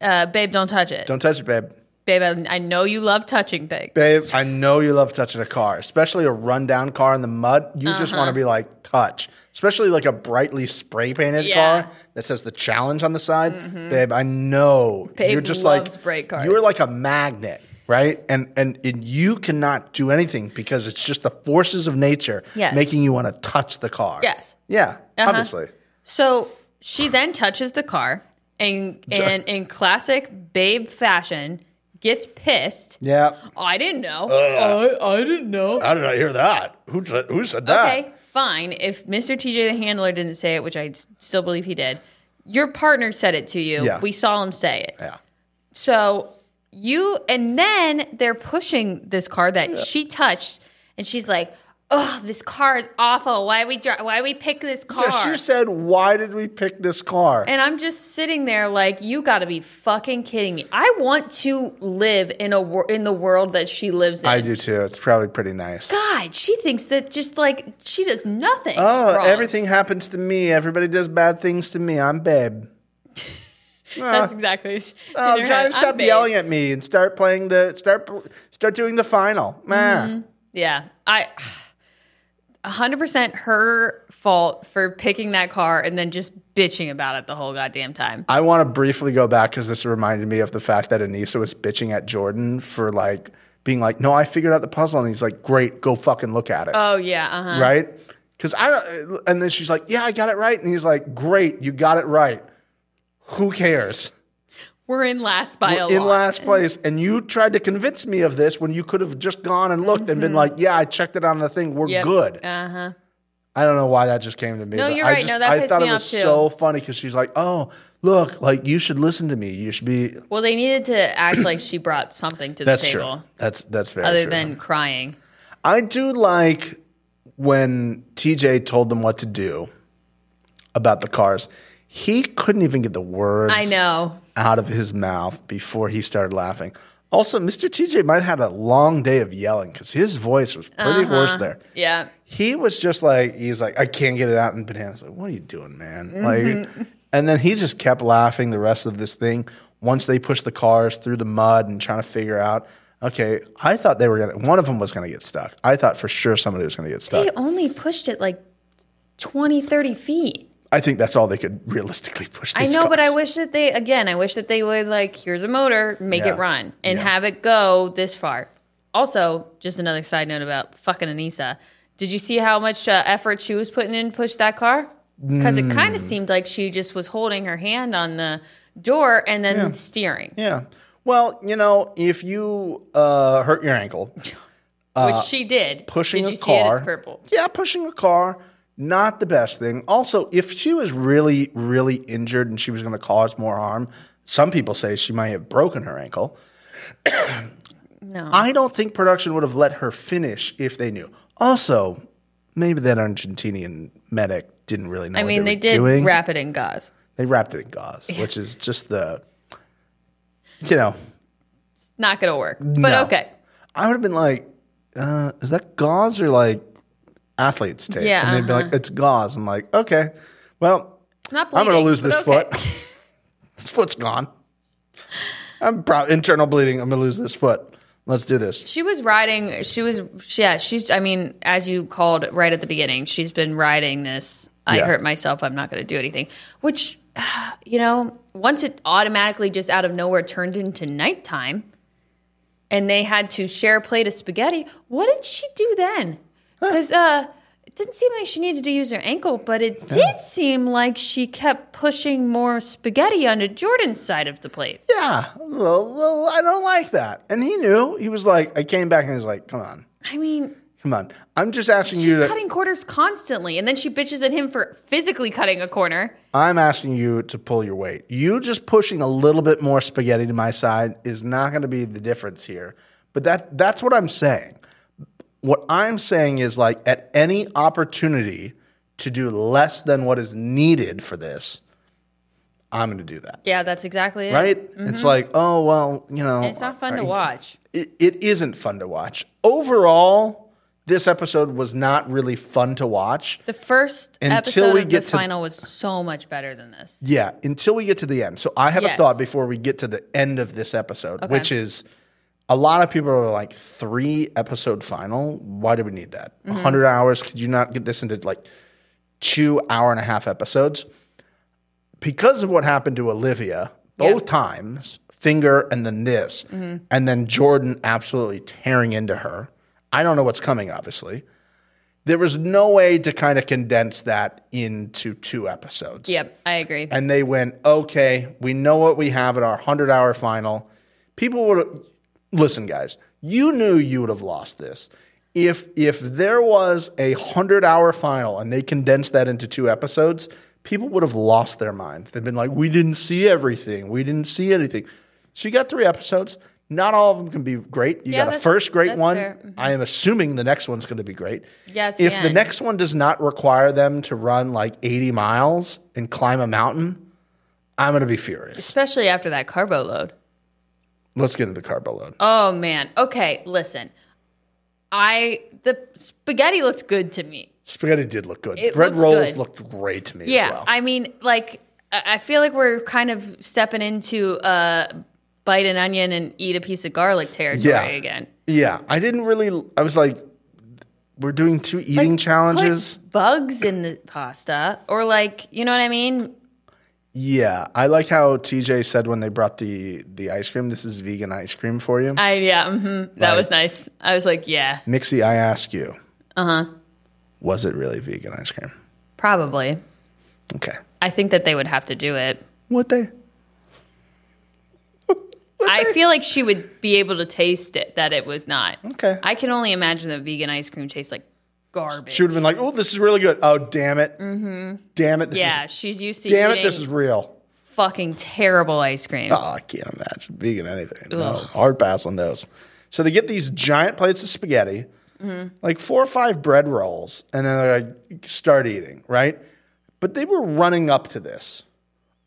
[SPEAKER 2] uh, "Babe, don't touch it,
[SPEAKER 4] Don't touch it, babe.
[SPEAKER 2] babe. I, I know you love touching things.
[SPEAKER 4] Babe, I know you love touching a car, especially a rundown car in the mud. You just
[SPEAKER 2] Uh-huh.
[SPEAKER 4] want to be like, touch, especially like a brightly spray painted
[SPEAKER 2] Yeah. Mm-hmm.
[SPEAKER 4] car that says the challenge on the side. Babe, I know
[SPEAKER 2] Babe
[SPEAKER 4] you're just
[SPEAKER 2] loves
[SPEAKER 4] like
[SPEAKER 2] brake cars.
[SPEAKER 4] you're like a magnet, right? And and and you cannot do anything because it's just the forces of nature
[SPEAKER 2] Yes.
[SPEAKER 4] making you want to touch the car.
[SPEAKER 2] Yes. Uh-huh.
[SPEAKER 4] Yeah, obviously.
[SPEAKER 2] So she then touches the car and and in classic babe fashion gets pissed.
[SPEAKER 4] Yeah.
[SPEAKER 2] I didn't know.
[SPEAKER 4] I, I didn't know. How did I hear that? Who said, who said that? <laughs>
[SPEAKER 2] Okay, fine. If Mr. TJ the handler didn't say it, which I s- still believe he did, your partner said it to you.
[SPEAKER 4] Yeah.
[SPEAKER 2] We saw him say it.
[SPEAKER 4] Yeah.
[SPEAKER 2] So you, and then they're pushing this car that she touched, and she's like, "Oh, this car is awful. Why we dri- why we pick this car?"
[SPEAKER 4] Yeah, She said, "Why did we pick this car?"
[SPEAKER 2] and I'm just sitting there like, "You got to be fucking kidding me! I want to live in a wor- in the world that she lives in."
[SPEAKER 4] I do too. It's probably pretty nice.
[SPEAKER 2] God, she thinks that just like she does nothing.
[SPEAKER 4] oh,
[SPEAKER 2] wrong.
[SPEAKER 4] everything happens to me. Everybody does bad things to me. I'm babe.
[SPEAKER 2] That's exactly.
[SPEAKER 4] <laughs> Oh, Uh, try to stop yelling at me and start playing the start start doing the final. Man,
[SPEAKER 2] Yeah, I. <sighs> 100% her fault for picking that car and then just bitching about it the whole goddamn time.
[SPEAKER 4] I want to briefly go back because this reminded me of the fact that Anissa was bitching at Jordan for like being like, "No, I figured out the puzzle," and he's like, "Great, go fucking look at it."
[SPEAKER 2] Oh yeah, uh huh.
[SPEAKER 4] right? Because I don't, and then she's like, "Yeah, I got it right," and he's like, "Great, you got it right. Who cares?
[SPEAKER 2] We're in last by a
[SPEAKER 6] in
[SPEAKER 2] lot.
[SPEAKER 6] last place, and you tried to convince me of this when you could have just gone and looked and been like, "Yeah, I checked it on the thing. We're
[SPEAKER 2] Mm-hmm. Yep.
[SPEAKER 6] good."
[SPEAKER 2] Uh huh.
[SPEAKER 6] I don't know why that just came to me.
[SPEAKER 2] No,
[SPEAKER 6] but
[SPEAKER 2] you're
[SPEAKER 6] I
[SPEAKER 2] right.
[SPEAKER 6] Just,
[SPEAKER 2] No, that
[SPEAKER 6] I
[SPEAKER 2] pissed
[SPEAKER 6] thought
[SPEAKER 2] me
[SPEAKER 6] it was
[SPEAKER 2] off, too.
[SPEAKER 6] so funny because she's like, "Oh, look, like you should listen to me. You should be."
[SPEAKER 2] Well, they needed to act like she brought something to the
[SPEAKER 4] That's
[SPEAKER 2] table
[SPEAKER 4] true. That's that's very
[SPEAKER 2] other
[SPEAKER 4] true.
[SPEAKER 2] than crying.
[SPEAKER 4] I do like when TJ told them what to do about the cars. He couldn't even get the words
[SPEAKER 2] I know.
[SPEAKER 4] out of his mouth before he started laughing. Also, Mr. TJ might have had a long day of yelling because his voice was pretty hoarse there.
[SPEAKER 2] Uh-huh. Yeah.
[SPEAKER 4] He was just like, he's like, I can't get it out. And Banana's like, what are you doing, man?
[SPEAKER 2] Mm-hmm.
[SPEAKER 4] Like, and then he just kept laughing the rest of this thing. Once they pushed the cars through the mud and trying to figure out, okay, I thought they were going to, one of them was going to get stuck. I thought for sure somebody was going to get stuck.
[SPEAKER 2] They only pushed it like 20, 30 feet.
[SPEAKER 4] I think that's all they could realistically push.
[SPEAKER 2] I
[SPEAKER 4] these
[SPEAKER 2] know, but
[SPEAKER 4] cars.
[SPEAKER 2] I wish that they, again, I wish that they would, like, here's a motor, make
[SPEAKER 4] Yeah.
[SPEAKER 2] it run and
[SPEAKER 4] Yeah.
[SPEAKER 2] have it go this far. Also, just another side note about fucking Anissa. Did you see how much uh, effort she was putting in to push that car? Because it
[SPEAKER 4] Mm.
[SPEAKER 2] kind of seemed like she just was holding her hand on the door and then steering,
[SPEAKER 4] Yeah. Well, you know, if you uh, hurt your ankle,
[SPEAKER 2] which she did.
[SPEAKER 4] Uh, pushing
[SPEAKER 2] did you
[SPEAKER 4] a
[SPEAKER 2] see
[SPEAKER 4] car.
[SPEAKER 2] It? It's purple.
[SPEAKER 4] Yeah, pushing a car, not the best thing. Also, if she was really, really injured and she was going to cause more harm, some people say she might have broken her ankle.
[SPEAKER 2] No.
[SPEAKER 4] I don't think production would have let her finish if they knew. Also, maybe that Argentinian medic didn't really know.
[SPEAKER 2] I
[SPEAKER 4] what
[SPEAKER 2] mean, they,
[SPEAKER 4] were
[SPEAKER 2] did
[SPEAKER 4] doing.
[SPEAKER 2] wrap it in gauze.
[SPEAKER 4] They wrapped it in gauze, which is just the, you know,
[SPEAKER 2] Not going to work. But
[SPEAKER 4] No.
[SPEAKER 2] okay.
[SPEAKER 4] I would have been like, uh, is that gauze or like athlete's tape?
[SPEAKER 2] Yeah, uh-huh.
[SPEAKER 4] and they'd be like, it's gauze. I'm like, okay, well,
[SPEAKER 2] Not
[SPEAKER 4] I'm going
[SPEAKER 2] bleeding,
[SPEAKER 4] to lose
[SPEAKER 2] but <laughs>
[SPEAKER 4] this
[SPEAKER 2] okay.
[SPEAKER 4] foot. <laughs> this foot's gone. I'm proud internal bleeding. I'm going to lose this foot. Let's do this.
[SPEAKER 2] She was riding. She was. Yeah. She's. I mean, as you called right at the beginning, she's been riding this. I
[SPEAKER 4] Yeah.
[SPEAKER 2] hurt myself. I'm not going to do anything. Which, <sighs> you know, once it automatically just out of nowhere turned into nighttime, and they had to share a plate of spaghetti. What did she do then? Because uh, it didn't seem like she needed to use her ankle, but it did seem like she kept pushing more spaghetti onto Jordan's side of the plate.
[SPEAKER 4] Yeah, well, well, I don't like that. And he knew. He was like, I came back and he was like, come on,
[SPEAKER 2] I mean.
[SPEAKER 4] come on. I'm just asking
[SPEAKER 2] She's
[SPEAKER 4] you to.
[SPEAKER 2] cutting quarters constantly, and then she bitches at him for physically cutting a corner.
[SPEAKER 4] I'm asking you to pull your weight. You just pushing a little bit more spaghetti to my side is not going to be the difference here. But that that's what I'm saying. What I'm saying is like at any opportunity to do less than what is needed for this, I'm going to do that.
[SPEAKER 2] Yeah, that's exactly it.
[SPEAKER 4] Right? It's like, oh well, you know,
[SPEAKER 2] It's not fun
[SPEAKER 4] I-
[SPEAKER 2] to watch.
[SPEAKER 4] It, it isn't fun to watch. Overall, this episode was not really fun to watch.
[SPEAKER 2] The first
[SPEAKER 4] Until
[SPEAKER 2] episode
[SPEAKER 4] we
[SPEAKER 2] of
[SPEAKER 4] get
[SPEAKER 2] the
[SPEAKER 4] to-
[SPEAKER 2] final was so much better than this.
[SPEAKER 4] Yeah, until we get to the end. So I have a
[SPEAKER 2] Yes.
[SPEAKER 4] thought before we get to the end of this episode, which is a lot of people are like three episode final. Why do we need that? A 100 hours? Could you not get this into like two hour and a half episodes? Because of what happened to Olivia both times, finger and then this, and then Jordan absolutely tearing into her. I don't know what's coming, obviously. There was no way to kind of condense that into two episodes.
[SPEAKER 2] Yep, I agree.
[SPEAKER 4] And they went, okay, we know what we have at our 100 hour final. People would listen, guys, you knew you would have lost this. If, if there was a 100 hour final and they condensed that into two episodes, people would have lost their minds. They've been like, we didn't see everything. We didn't see anything. So you got three episodes. Not all of them can be great. You
[SPEAKER 2] Yeah,
[SPEAKER 4] got a
[SPEAKER 2] that's-
[SPEAKER 4] first great
[SPEAKER 2] that's
[SPEAKER 4] one.
[SPEAKER 2] fair. Mhm.
[SPEAKER 4] I am assuming the next one's going to be great.
[SPEAKER 2] Yeah, it's the
[SPEAKER 4] if the
[SPEAKER 2] end.
[SPEAKER 4] next one does not require them to run like 80 miles and climb a mountain, I'm going to be furious.
[SPEAKER 2] Especially after that carbo load.
[SPEAKER 4] Let's get into the carbo load.
[SPEAKER 2] Oh man. Okay, listen. I the spaghetti looked good to me.
[SPEAKER 4] Spaghetti did look good.
[SPEAKER 2] It
[SPEAKER 4] Bread
[SPEAKER 2] looks
[SPEAKER 4] rolls
[SPEAKER 2] good.
[SPEAKER 4] looked great to me
[SPEAKER 2] Yeah,
[SPEAKER 4] as well.
[SPEAKER 2] I mean, like I I feel like we're kind of stepping into uh, bite an onion and eat a piece of garlic territory
[SPEAKER 4] Yeah.
[SPEAKER 2] again.
[SPEAKER 4] yeah, I didn't really, I was like, we're doing two eating
[SPEAKER 2] Like,
[SPEAKER 4] challenges.
[SPEAKER 2] put bugs in the pasta, or like you know what I mean.
[SPEAKER 4] Yeah, I like how TJ said when they brought the, the ice cream, this is vegan ice cream for you.
[SPEAKER 2] I yeah, mhm, that was nice. I was like, yeah,
[SPEAKER 4] Mixie, I ask you, uh huh,
[SPEAKER 2] Uh-huh.
[SPEAKER 4] was it really vegan ice cream?
[SPEAKER 2] probably.
[SPEAKER 4] Okay.
[SPEAKER 2] I think that they would have to do it.
[SPEAKER 4] Would they?
[SPEAKER 2] I feel like she would be able to taste it that it was not.
[SPEAKER 4] Okay.
[SPEAKER 2] I can only imagine that vegan ice cream tastes like garbage.
[SPEAKER 4] She would have been like, "Oh, this is really good. Oh, damn it. Mm-hmm. Damn it. This
[SPEAKER 2] yeah,
[SPEAKER 4] Is,
[SPEAKER 2] she's used to
[SPEAKER 4] damn
[SPEAKER 2] eating
[SPEAKER 4] it. This is real."
[SPEAKER 2] fucking terrible ice cream.
[SPEAKER 4] Oh, I can't imagine vegan anything. No, hard pass on those. So they get these giant plates of spaghetti,
[SPEAKER 2] Mm-hmm.
[SPEAKER 4] like four or five bread rolls, and then they like, start eating. Right, but they were running up to this.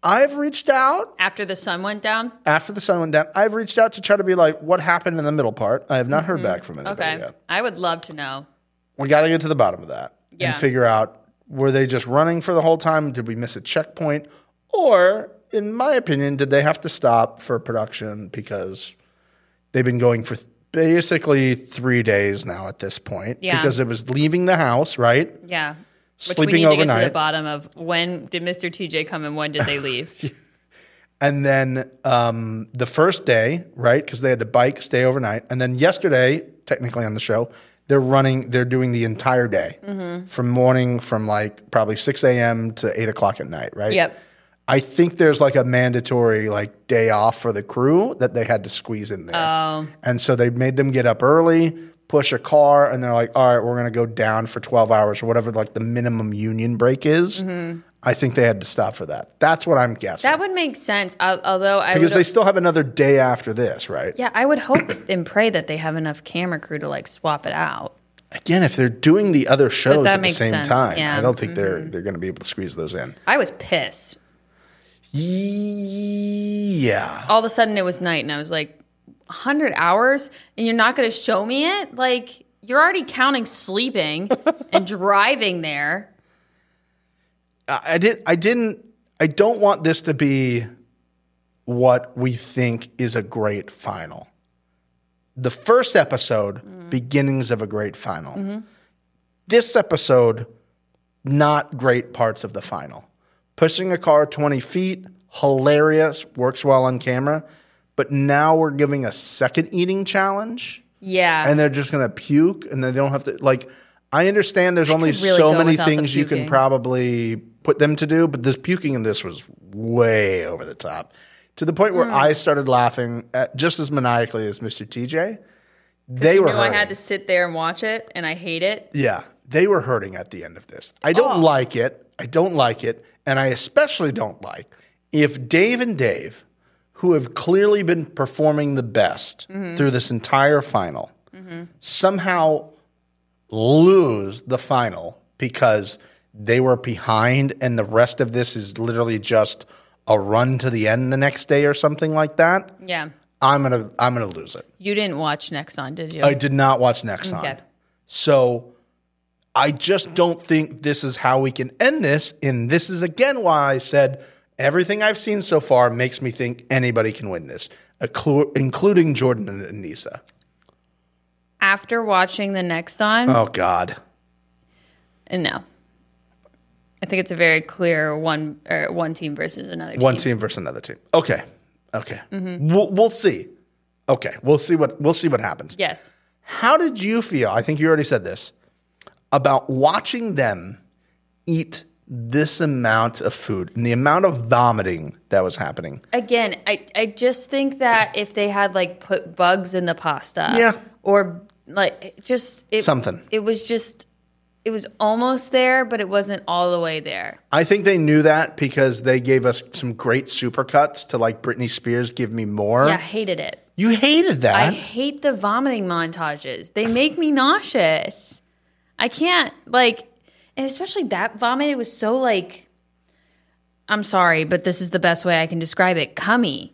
[SPEAKER 4] I've reached out
[SPEAKER 2] After the sun went down,
[SPEAKER 4] after the sun went down. I've reached out to try to be like, what happened in the middle part? I have not heard back from anybody
[SPEAKER 2] Mm-hmm. okay.
[SPEAKER 4] yet.
[SPEAKER 2] I would love to know.
[SPEAKER 4] We got to get to the bottom of that
[SPEAKER 2] Yeah.
[SPEAKER 4] and figure out were they just running for the whole time? Did we miss a checkpoint? Or, in my opinion, did they have to stop for production because they've been going for th- basically three days now at this point?
[SPEAKER 2] Yeah.
[SPEAKER 4] Because it was leaving the house, right?
[SPEAKER 2] Yeah. Which we
[SPEAKER 4] Sleeping
[SPEAKER 2] need to get to the
[SPEAKER 4] overnight.
[SPEAKER 2] bottom of when did Mr. TJ come and when did they
[SPEAKER 4] <laughs>
[SPEAKER 2] leave?
[SPEAKER 4] And then um, the first day, right? Because they had to bike, stay overnight. And then yesterday, technically on the show, they're running, they're doing the entire day
[SPEAKER 2] Mm-hmm.
[SPEAKER 4] from morning, from like probably 6 a.m. to 8 o'clock at night, right?
[SPEAKER 2] Yep.
[SPEAKER 4] I think there's like a mandatory like day off for the crew that they had to squeeze in there.
[SPEAKER 2] Oh.
[SPEAKER 4] And so they made them get up early, push a car, and they're like, all right, we're going to go down for 12 hours or whatever like the minimum union break is. I think they had to stop for that. That's what I'm guessing
[SPEAKER 2] Mm-hmm. that would make sense. al- Although I
[SPEAKER 4] because
[SPEAKER 2] would,
[SPEAKER 4] they still have another day after this, right?
[SPEAKER 2] yeah, I would hope <coughs> and pray that they have enough camera crew to like swap it out.
[SPEAKER 4] Again, if they're doing the other shows
[SPEAKER 2] that
[SPEAKER 4] at the
[SPEAKER 2] makes
[SPEAKER 4] same
[SPEAKER 2] sense,
[SPEAKER 4] time,
[SPEAKER 2] yeah. Mm-hmm.
[SPEAKER 4] I don't think they're they're going to be able to squeeze those in.
[SPEAKER 2] I was pissed.
[SPEAKER 4] Yeah,
[SPEAKER 2] All of a sudden it was night and I was like, 100 hours and you're not going to show me it? Like, you're already counting
[SPEAKER 4] <laughs>
[SPEAKER 2] sleeping and driving there.
[SPEAKER 4] I, I did. I didn't. I don't want this to be what we think is a great final. The first episode, beginnings of a great final. This episode, not great parts of the final. Pushing a car 20 feet, hilarious, works well on camera. But now we're giving a second eating challenge
[SPEAKER 2] Yeah.
[SPEAKER 4] and they're just going to puke and they don't have to like i understand there's only
[SPEAKER 2] could really
[SPEAKER 4] so
[SPEAKER 2] go
[SPEAKER 4] many
[SPEAKER 2] without the
[SPEAKER 4] things you can
[SPEAKER 2] puking.
[SPEAKER 4] probably put them to do but this puking in this was way over the top to the point where
[SPEAKER 2] Hmm.
[SPEAKER 4] i started laughing at just as maniacally as mr tj they
[SPEAKER 2] you
[SPEAKER 4] were
[SPEAKER 2] knew I had
[SPEAKER 4] hurting.
[SPEAKER 2] to sit there and watch it and I hate it.
[SPEAKER 4] yeah they were hurting at the end of this i don't like it i don't like it and i especially don't like if dave and dave who have clearly been performing the best through this entire final somehow lose the final because they were behind and the rest of this is literally just a run to the end the next day or something like that
[SPEAKER 2] Yeah.
[SPEAKER 4] i'm gonna i'm gonna lose it
[SPEAKER 2] You didn't watch Nexon, did you?
[SPEAKER 4] i did not watch next time
[SPEAKER 2] Okay.
[SPEAKER 4] so i just don't think this is how we can end this and this is again why i said everything i've seen so far makes me think anybody can win this inclu- including jordan and anisa
[SPEAKER 2] After watching the Nexon,
[SPEAKER 4] oh god
[SPEAKER 2] and no. I think it's a very clear one or one team versus another team.
[SPEAKER 4] One team versus another team. Okay. Okay. We'll, we'll see. Okay. We'll see what we'll see what happens.
[SPEAKER 2] Yes.
[SPEAKER 4] How did you feel? I think you already said this about watching them eat this amount of food and the amount of vomiting that was happening.
[SPEAKER 2] Again, I, I just think that if they had like put bugs in the pasta,
[SPEAKER 4] Yeah.
[SPEAKER 2] or like it just it,
[SPEAKER 4] Something.
[SPEAKER 2] It was just it was almost there, but it wasn't all the way there.
[SPEAKER 4] I think they knew that because they gave us some great supercuts to like Britney Spears give me more.
[SPEAKER 2] Yeah, I hated it.
[SPEAKER 4] You hated
[SPEAKER 2] I
[SPEAKER 4] that.
[SPEAKER 2] hate the vomiting montages. They make me nauseous. I can't like, and especially that vomit. It was so like. I'm sorry, but this is the best way I can describe it. Cummy.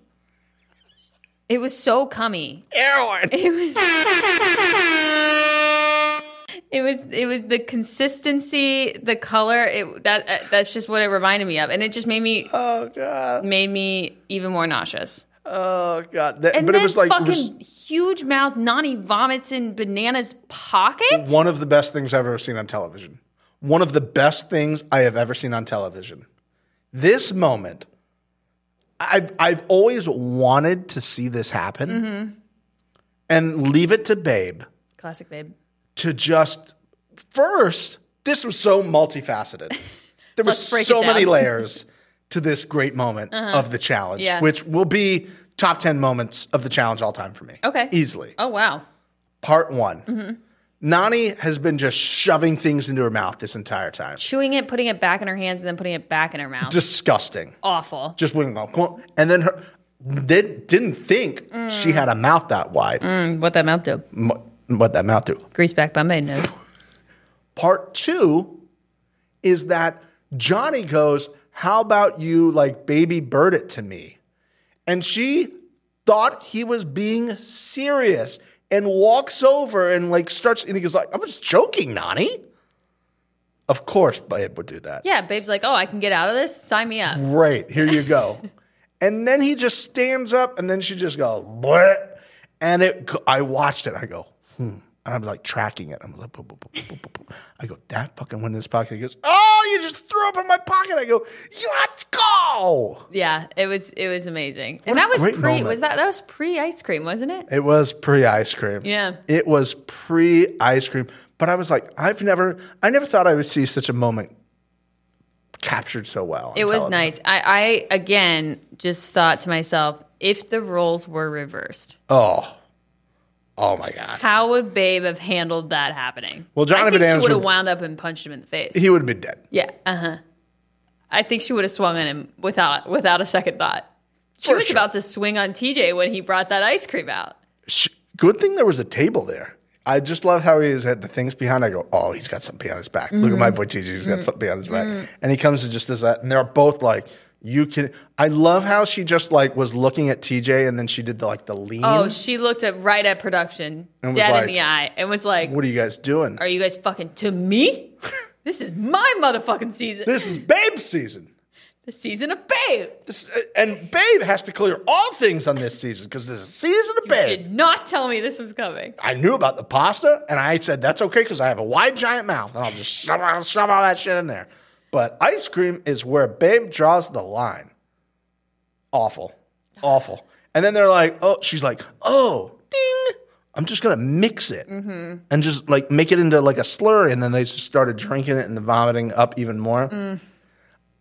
[SPEAKER 2] It was so cummy. It was it was the consistency, the color. It that uh, that's just what it reminded me of, and it just made me
[SPEAKER 4] oh god.
[SPEAKER 2] made me even more nauseous.
[SPEAKER 4] Oh god. That-
[SPEAKER 2] And
[SPEAKER 4] but
[SPEAKER 2] then
[SPEAKER 4] it was like it was-
[SPEAKER 2] fucking huge mouth Nani vomits in Banana's pocket.
[SPEAKER 4] one of the best things I've ever seen on television. One of the best things I have ever seen on television. This moment, I've I've always wanted to see this happen,
[SPEAKER 2] Mm-hmm.
[SPEAKER 4] and leave it to Babe
[SPEAKER 2] Classic babe.
[SPEAKER 4] to just first. This was so
[SPEAKER 2] <laughs>
[SPEAKER 4] multifaceted. There was
[SPEAKER 2] Let's break it
[SPEAKER 4] so
[SPEAKER 2] <laughs>
[SPEAKER 4] many
[SPEAKER 2] down. Uh-huh.
[SPEAKER 4] layers to this great moment of the challenge,
[SPEAKER 2] Yeah.
[SPEAKER 4] which will be top 10 moments of the challenge all time for me.
[SPEAKER 2] Okay.
[SPEAKER 4] Easily.
[SPEAKER 2] Oh Mm-hmm. wow.
[SPEAKER 4] Part one Nani has been just shoving things into her mouth this entire time.
[SPEAKER 2] Chewing it, putting it back in her hands, and then putting it back in her mouth.
[SPEAKER 4] Disgusting.
[SPEAKER 2] Awful.
[SPEAKER 4] Just went, "Oh, come on." and then her, did, didn't think
[SPEAKER 2] Mm.
[SPEAKER 4] she had a mouth that wide.
[SPEAKER 2] What that mouth do?
[SPEAKER 4] M- what that mouth do.
[SPEAKER 2] Greaseback Bombay knows.
[SPEAKER 4] Part two is that Johnny goes, How about you like baby bird it to me? And she thought he was being serious and walks over and like starts and he goes like, I'm just joking, Nani. Of course, Babe would do that.
[SPEAKER 2] <laughs> Yeah, babe's like, oh, I can get out of this. Sign me up.
[SPEAKER 4] Right, here you
[SPEAKER 2] <laughs>
[SPEAKER 4] go. and then he just stands up and then she just goes, Bleh. and it I watched it. I go, hmm. And I'm like tracking it. I'm like, boop, boop, boop, boop, boop, boop. I go, that fucking went in his pocket. He goes, oh, you just threw up in my pocket. I go, let's go.
[SPEAKER 2] Yeah, it was it was amazing, and that was
[SPEAKER 4] great
[SPEAKER 2] pre
[SPEAKER 4] moment.
[SPEAKER 2] was that that was pre ice cream, wasn't it?
[SPEAKER 4] It was pre ice cream.
[SPEAKER 2] Yeah.
[SPEAKER 4] It was pre ice cream. But I was like, I've never, I never thought I would see such a moment captured so well. on
[SPEAKER 2] It was
[SPEAKER 4] television.
[SPEAKER 2] nice. I, I again just thought to myself, if the roles were reversed,
[SPEAKER 4] Oh, oh my God.
[SPEAKER 2] how would Babe have handled that happening?
[SPEAKER 4] Well, Johnny
[SPEAKER 2] I think
[SPEAKER 4] Bananas
[SPEAKER 2] she would have
[SPEAKER 4] would-
[SPEAKER 2] wound up and punched him in the face.
[SPEAKER 4] He would have been dead.
[SPEAKER 2] yeah, uh huh. I think she would have swung at him without without a second thought. She was
[SPEAKER 4] sure.
[SPEAKER 2] about to swing on TJ when he brought that ice cream out.
[SPEAKER 4] Sh- Good thing there was a table there. I just love how he's had the things behind. I go, oh, he's got something on his back. Look at my
[SPEAKER 2] Mm-hmm.
[SPEAKER 4] boy TJ. He's got something on his back. And he comes and just does that. And they're both like, you can. I love how she just like was looking at TJ and then she did the like the lean.
[SPEAKER 2] Oh, she looked at right at production,
[SPEAKER 4] And
[SPEAKER 2] dead
[SPEAKER 4] was
[SPEAKER 2] in
[SPEAKER 4] like,
[SPEAKER 2] the eye, and was like,
[SPEAKER 4] what are you guys doing?
[SPEAKER 2] "Are you guys fucking to
[SPEAKER 4] <laughs>
[SPEAKER 2] me? this is my motherfucking season.
[SPEAKER 4] this is babe season.
[SPEAKER 2] the season of Babe.
[SPEAKER 4] This, and babe has to clear all things on this season because there's a season of babe.
[SPEAKER 2] Did not tell me this was coming.
[SPEAKER 4] I knew about the pasta, and I said that's okay because I have a wide, giant mouth, and I'll just shove, I'll shove all that shit in there. But ice cream is where Babe draws the line. Awful, awful. And then they're like, "Oh," she's like, "Oh, ding." I'm just gonna mix it and just like make it into like a slurry, and then they just started drinking it and the vomiting up even more.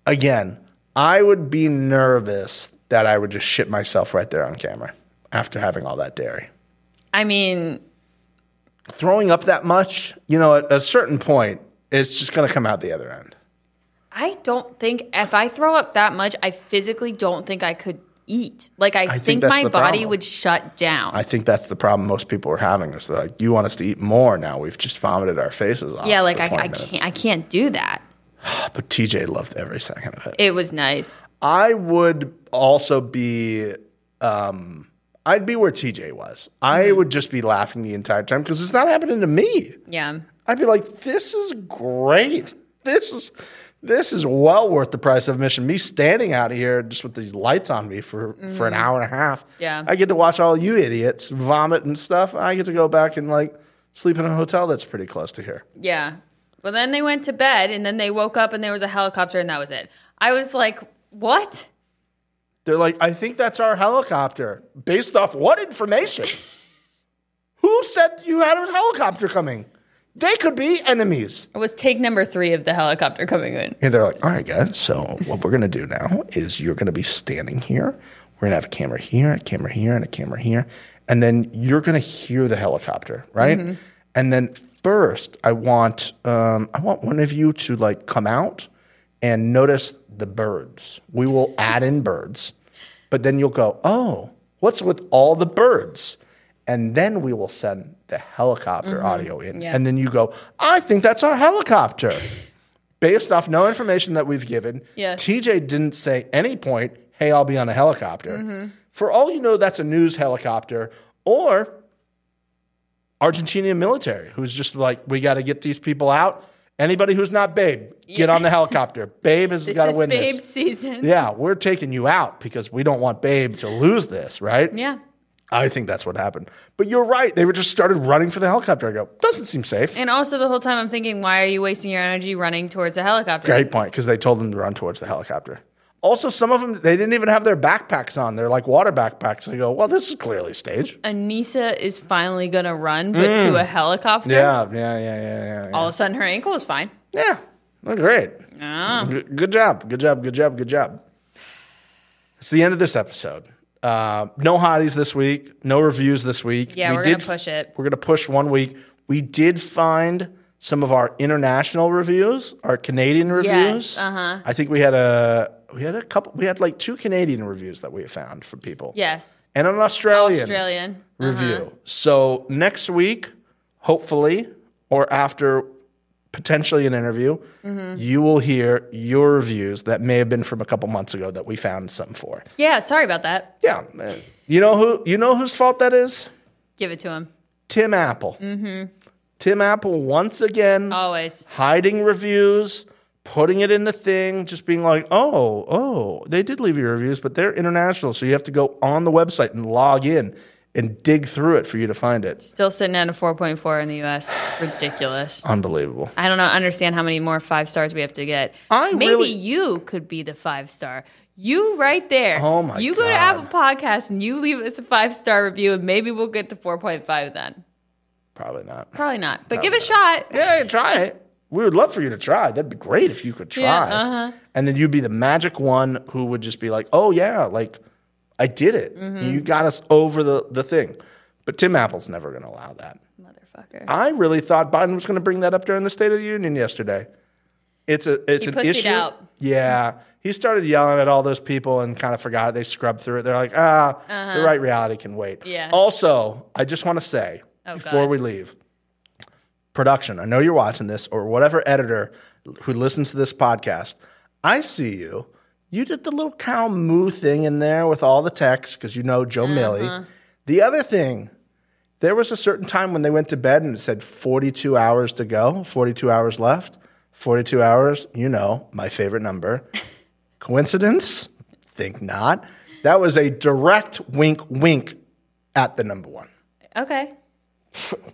[SPEAKER 4] Again, I would be nervous that I would just shit myself right there on camera after having all that dairy
[SPEAKER 2] I mean,
[SPEAKER 4] throwing up that much, you know, at a certain point, it's just going to come out the other end.
[SPEAKER 2] I don't think if I throw up that much, I physically don't think I could eat. Like I,
[SPEAKER 4] think
[SPEAKER 2] think,
[SPEAKER 4] that's
[SPEAKER 2] my
[SPEAKER 4] the
[SPEAKER 2] body
[SPEAKER 4] problem.
[SPEAKER 2] would shut down.
[SPEAKER 4] I think that's the problem most people are having is they're like, you want us to eat more now. We've just vomited our faces off.
[SPEAKER 2] yeah, like
[SPEAKER 4] for
[SPEAKER 2] I,
[SPEAKER 4] 20
[SPEAKER 2] I
[SPEAKER 4] minutes."
[SPEAKER 2] can't. I can't do that.
[SPEAKER 4] But TJ loved every second of it.
[SPEAKER 2] It was nice.
[SPEAKER 4] I would also be, um, I'd be where TJ was. I
[SPEAKER 2] Mm-hmm.
[SPEAKER 4] would just be laughing the entire time because it's not happening to me.
[SPEAKER 2] Yeah.
[SPEAKER 4] I'd be like, this is great. This is this is well worth the price of admission. Me standing out here just with these lights on me for, for an hour and a half.
[SPEAKER 2] Yeah.
[SPEAKER 4] I get to watch all you idiots vomit and stuff. I get to go back and like sleep in a hotel that's pretty close to here.
[SPEAKER 2] Yeah. Well, then they went to bed, and then they woke up, and there was a helicopter, and that was it. I was like, what?
[SPEAKER 4] They're like, I think that's our helicopter. Based off what information? Who said you had a helicopter coming? They could be enemies.
[SPEAKER 2] It was take number three of the helicopter coming in.
[SPEAKER 4] And they're like, all right, guys, so what we're going to do now is you're going to be standing here. We're going to have a camera here, a camera here, and a camera here. And then you're going to hear the helicopter, right? And then first, I want um, I want one of you to like come out and notice the birds. We will add in birds, but then you'll go, oh, what's with all the birds? And then we will send the helicopter audio in,
[SPEAKER 2] Mm-hmm. yeah.
[SPEAKER 4] and then you go, I think that's our
[SPEAKER 2] <laughs>
[SPEAKER 4] helicopter based off no information that we've given.
[SPEAKER 2] Yeah.
[SPEAKER 4] TJ didn't say any point, hey, I'll be on a helicopter.
[SPEAKER 2] Mm-hmm.
[SPEAKER 4] For all you know, that's a news helicopter or Argentinian military who's just like, we got to get these people out. Anybody who's not Babe, get on the helicopter. Babe has
[SPEAKER 2] This
[SPEAKER 4] got to
[SPEAKER 2] is
[SPEAKER 4] win
[SPEAKER 2] babe
[SPEAKER 4] this.
[SPEAKER 2] season.
[SPEAKER 4] Yeah, we're taking you out because we don't want Babe to lose this, right?
[SPEAKER 2] Yeah.
[SPEAKER 4] I think that's what happened. But you're right. They were just started running for the helicopter. I go, doesn't seem safe.
[SPEAKER 2] And also, the whole time I'm thinking, why are you wasting your energy running towards a helicopter?
[SPEAKER 4] Great point, because they told them to run towards the helicopter. Also, some of them they didn't even have their backpacks on. They're like water backpacks. They go, well, this is clearly stage.
[SPEAKER 2] Oh. Anissa is finally gonna run, but to a helicopter.
[SPEAKER 4] Mm. Yeah, yeah, yeah, yeah, yeah. Yeah,
[SPEAKER 2] All of a sudden, her ankle is fine.
[SPEAKER 4] yeah look great.
[SPEAKER 2] Ah.
[SPEAKER 4] G- good job, good job, good job, good job. It's the end of this episode. Uh, no hotties this week. No reviews this week.
[SPEAKER 2] Yeah, we're gonna push it.
[SPEAKER 4] We're gonna push one week. We did find some of our international reviews, our Canadian reviews. uh-huh. I think we had a we had a couple. We had like two Canadian reviews that we found from people.
[SPEAKER 2] Yes.
[SPEAKER 4] and an Australian
[SPEAKER 2] Australian.
[SPEAKER 4] review. So next week, hopefully, or after potentially an interview, you will hear your reviews that may have been from a couple months ago that we found some for.
[SPEAKER 2] Yeah, sorry about that.
[SPEAKER 4] Yeah, man. you know who you know whose fault that is?
[SPEAKER 2] Give it to him.
[SPEAKER 4] Tim Apple. Tim Apple once
[SPEAKER 2] Uh.
[SPEAKER 4] again
[SPEAKER 2] Always.
[SPEAKER 4] hiding reviews, putting it in the thing, just being like, oh, oh, they did leave you reviews, but they're international. So you have to go on the website and log in and dig through it for you to find it.
[SPEAKER 2] Still sitting at a 4.4 in the US. Ridiculous.
[SPEAKER 4] Unbelievable.
[SPEAKER 2] I don't know, understand how many more five stars we have to get.
[SPEAKER 4] I
[SPEAKER 2] Maybe
[SPEAKER 4] really-
[SPEAKER 2] you could be the five star. You right there.
[SPEAKER 4] Oh my
[SPEAKER 2] You go to
[SPEAKER 4] God.
[SPEAKER 2] Apple Podcasts and you leave us a five star review, and maybe we'll get to 4.5 then.
[SPEAKER 4] Probably not.
[SPEAKER 2] Probably not, but give it a shot.
[SPEAKER 4] Yeah, try it. We would love for you to try. That'd be great if you could try.
[SPEAKER 2] Yeah, uh-huh.
[SPEAKER 4] And then you'd be the magic one who would just be like, oh, yeah, like I did it.
[SPEAKER 2] Mm-hmm.
[SPEAKER 4] You got us over the, the thing. But Tim Apple's never going to allow that.
[SPEAKER 2] Motherfucker.
[SPEAKER 4] I really thought Biden was going to bring that up during the State of the Union yesterday. It's a it's
[SPEAKER 2] He
[SPEAKER 4] an
[SPEAKER 2] pussied
[SPEAKER 4] issue.
[SPEAKER 2] out.
[SPEAKER 4] Yeah, he started yelling at all those people and kind of forgot. it. They scrubbed through it. They're like, ah, the right reality can wait.
[SPEAKER 2] Uh-huh. Yeah.
[SPEAKER 4] Also, I just want to say before
[SPEAKER 2] Oh, God.
[SPEAKER 4] we leave, production. I know you're watching this, or whatever editor who listens to this podcast. I see you. You did the little cow moo thing in there with all the text because you know Joe Millie. The other thing there was a certain time when they went to bed and it said 42 hours to go, 42 hours left, 42 hours, you know, my favorite number. <laughs> Coincidence? Think not. That was a direct wink, wink at the number one.
[SPEAKER 2] Okay.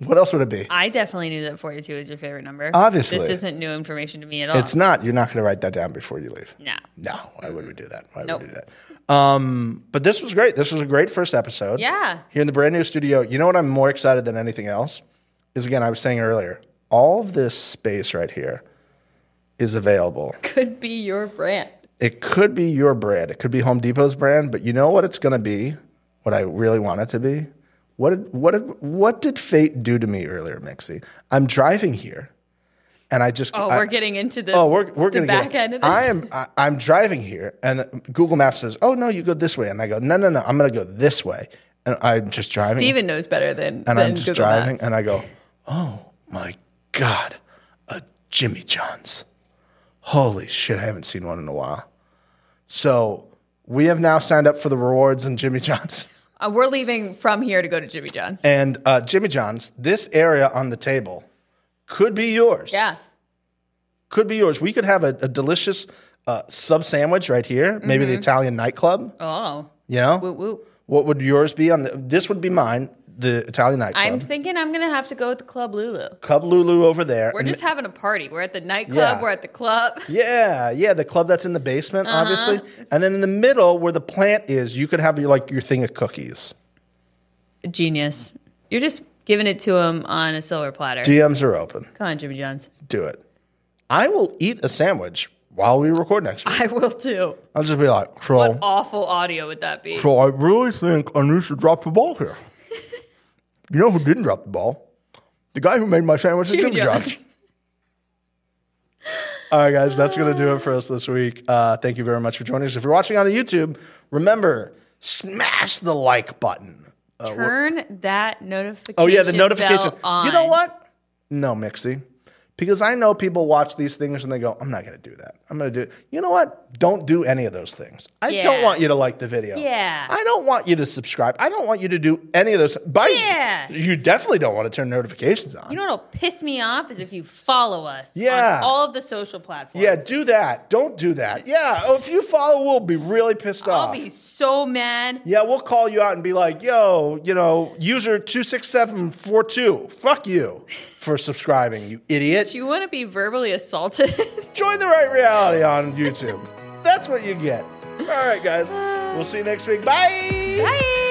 [SPEAKER 4] What else would it be?
[SPEAKER 2] I definitely knew that 42 is your favorite number.
[SPEAKER 4] Obviously.
[SPEAKER 2] This isn't new information to me at all.
[SPEAKER 4] It's not. You're not going to write that down before you leave.
[SPEAKER 2] No.
[SPEAKER 4] No. Why would we do that? Why
[SPEAKER 2] Nope.
[SPEAKER 4] would we do that? Um, but this was great. This was a great first episode.
[SPEAKER 2] Yeah.
[SPEAKER 4] Here in the brand new studio. You know what I'm more excited than anything else? Is again, I was saying earlier, all of this space right here is available.
[SPEAKER 2] Could be your brand.
[SPEAKER 4] It could be your brand. It could be Home Depot's brand, but you know what it's going to be? What I really want it to be? What did, what did, what did fate do to me earlier, Mixie? I'm driving here and I just
[SPEAKER 2] Oh,
[SPEAKER 4] I-
[SPEAKER 2] we're getting into the,
[SPEAKER 4] Oh, we're we're
[SPEAKER 2] the
[SPEAKER 4] gonna
[SPEAKER 2] back
[SPEAKER 4] get,
[SPEAKER 2] end of this.
[SPEAKER 4] I am I, I'm driving here, and Google Maps says, "Oh no, you go this way," and I go, "No, no, no, I'm gonna go this way," and I'm just driving,
[SPEAKER 2] Steven knows better than,
[SPEAKER 4] and
[SPEAKER 2] than
[SPEAKER 4] I'm just
[SPEAKER 2] Google
[SPEAKER 4] driving,
[SPEAKER 2] Maps.
[SPEAKER 4] and I go, "Oh my god, a Jimmy John's! Holy shit, I haven't seen one in a while." So we have now signed up for the rewards in Jimmy John's. <laughs>
[SPEAKER 2] Uh, we're leaving from here to go to Jimmy John's.
[SPEAKER 4] And uh, Jimmy John's, this area on the table could be yours.
[SPEAKER 2] Yeah.
[SPEAKER 4] could be yours. We could have a, a delicious uh, sub sandwich right here. Maybe
[SPEAKER 2] Mm-hmm.
[SPEAKER 4] the Italian nightclub.
[SPEAKER 2] Oh.
[SPEAKER 4] You know,
[SPEAKER 2] Woot woot.
[SPEAKER 4] what would yours be? On the, this would be mine. The Italian nightclub.
[SPEAKER 2] I'm
[SPEAKER 4] <laughs>
[SPEAKER 2] thinking I'm gonna have to go with the Club Lulu.
[SPEAKER 4] Club Lulu over there.
[SPEAKER 2] We're
[SPEAKER 4] And-
[SPEAKER 2] just having a party. We're at the nightclub.
[SPEAKER 4] Yeah.
[SPEAKER 2] We're at the club.
[SPEAKER 4] yeah, yeah. The club that's in the basement,
[SPEAKER 2] Uh-huh.
[SPEAKER 4] obviously, and then in the middle where the plant is, you could have your, like your thing of cookies.
[SPEAKER 2] Genius. You're just giving it to him on a silver platter.
[SPEAKER 4] DMs are open.
[SPEAKER 2] Come on, Jimmy John's. <laughs>
[SPEAKER 4] Do it. I will eat a sandwich while we record next week.
[SPEAKER 2] I will too.
[SPEAKER 4] I'll just be like, Crow.
[SPEAKER 2] What awful audio would that be?
[SPEAKER 4] So I really think Anusha dropped the ball here. you know who didn't drop the ball? The guy who made my sandwich at
[SPEAKER 2] Jimmy
[SPEAKER 4] Jimmy John's. <laughs> All right, guys, that's going to do it for us this week. Uh, thank you very much for joining us. If you're watching on YouTube, remember, smash the like button.
[SPEAKER 2] Turn that notification.
[SPEAKER 4] Oh, yeah, the notification.
[SPEAKER 2] bell on.
[SPEAKER 4] You know what? No, Mixie. Because I know people watch these things and they go, I'm not going to do that. I'm going to do You know what? Don't do any of those things. I don't
[SPEAKER 2] Yeah.
[SPEAKER 4] want you to like the video.
[SPEAKER 2] Yeah.
[SPEAKER 4] I don't want you to subscribe. I don't want you to do any of those. By,
[SPEAKER 2] Yeah.
[SPEAKER 4] You definitely don't want to turn notifications on.
[SPEAKER 2] You know what'll piss me off is if you follow us.
[SPEAKER 4] Yeah.
[SPEAKER 2] On all of the social platforms.
[SPEAKER 4] yeah, do that. Don't do that. Yeah. oh, If you follow, we'll be really pissed
[SPEAKER 2] I'll
[SPEAKER 4] off.
[SPEAKER 2] be so mad.
[SPEAKER 4] yeah, we'll call you out and be like, yo, you know, user 26742, fuck you for subscribing, you idiot.
[SPEAKER 2] Do you want to be verbally assaulted? <laughs>
[SPEAKER 4] Join the right reality on YouTube. That's what you get. All right, guys. We'll see you next week. Bye.
[SPEAKER 2] Bye.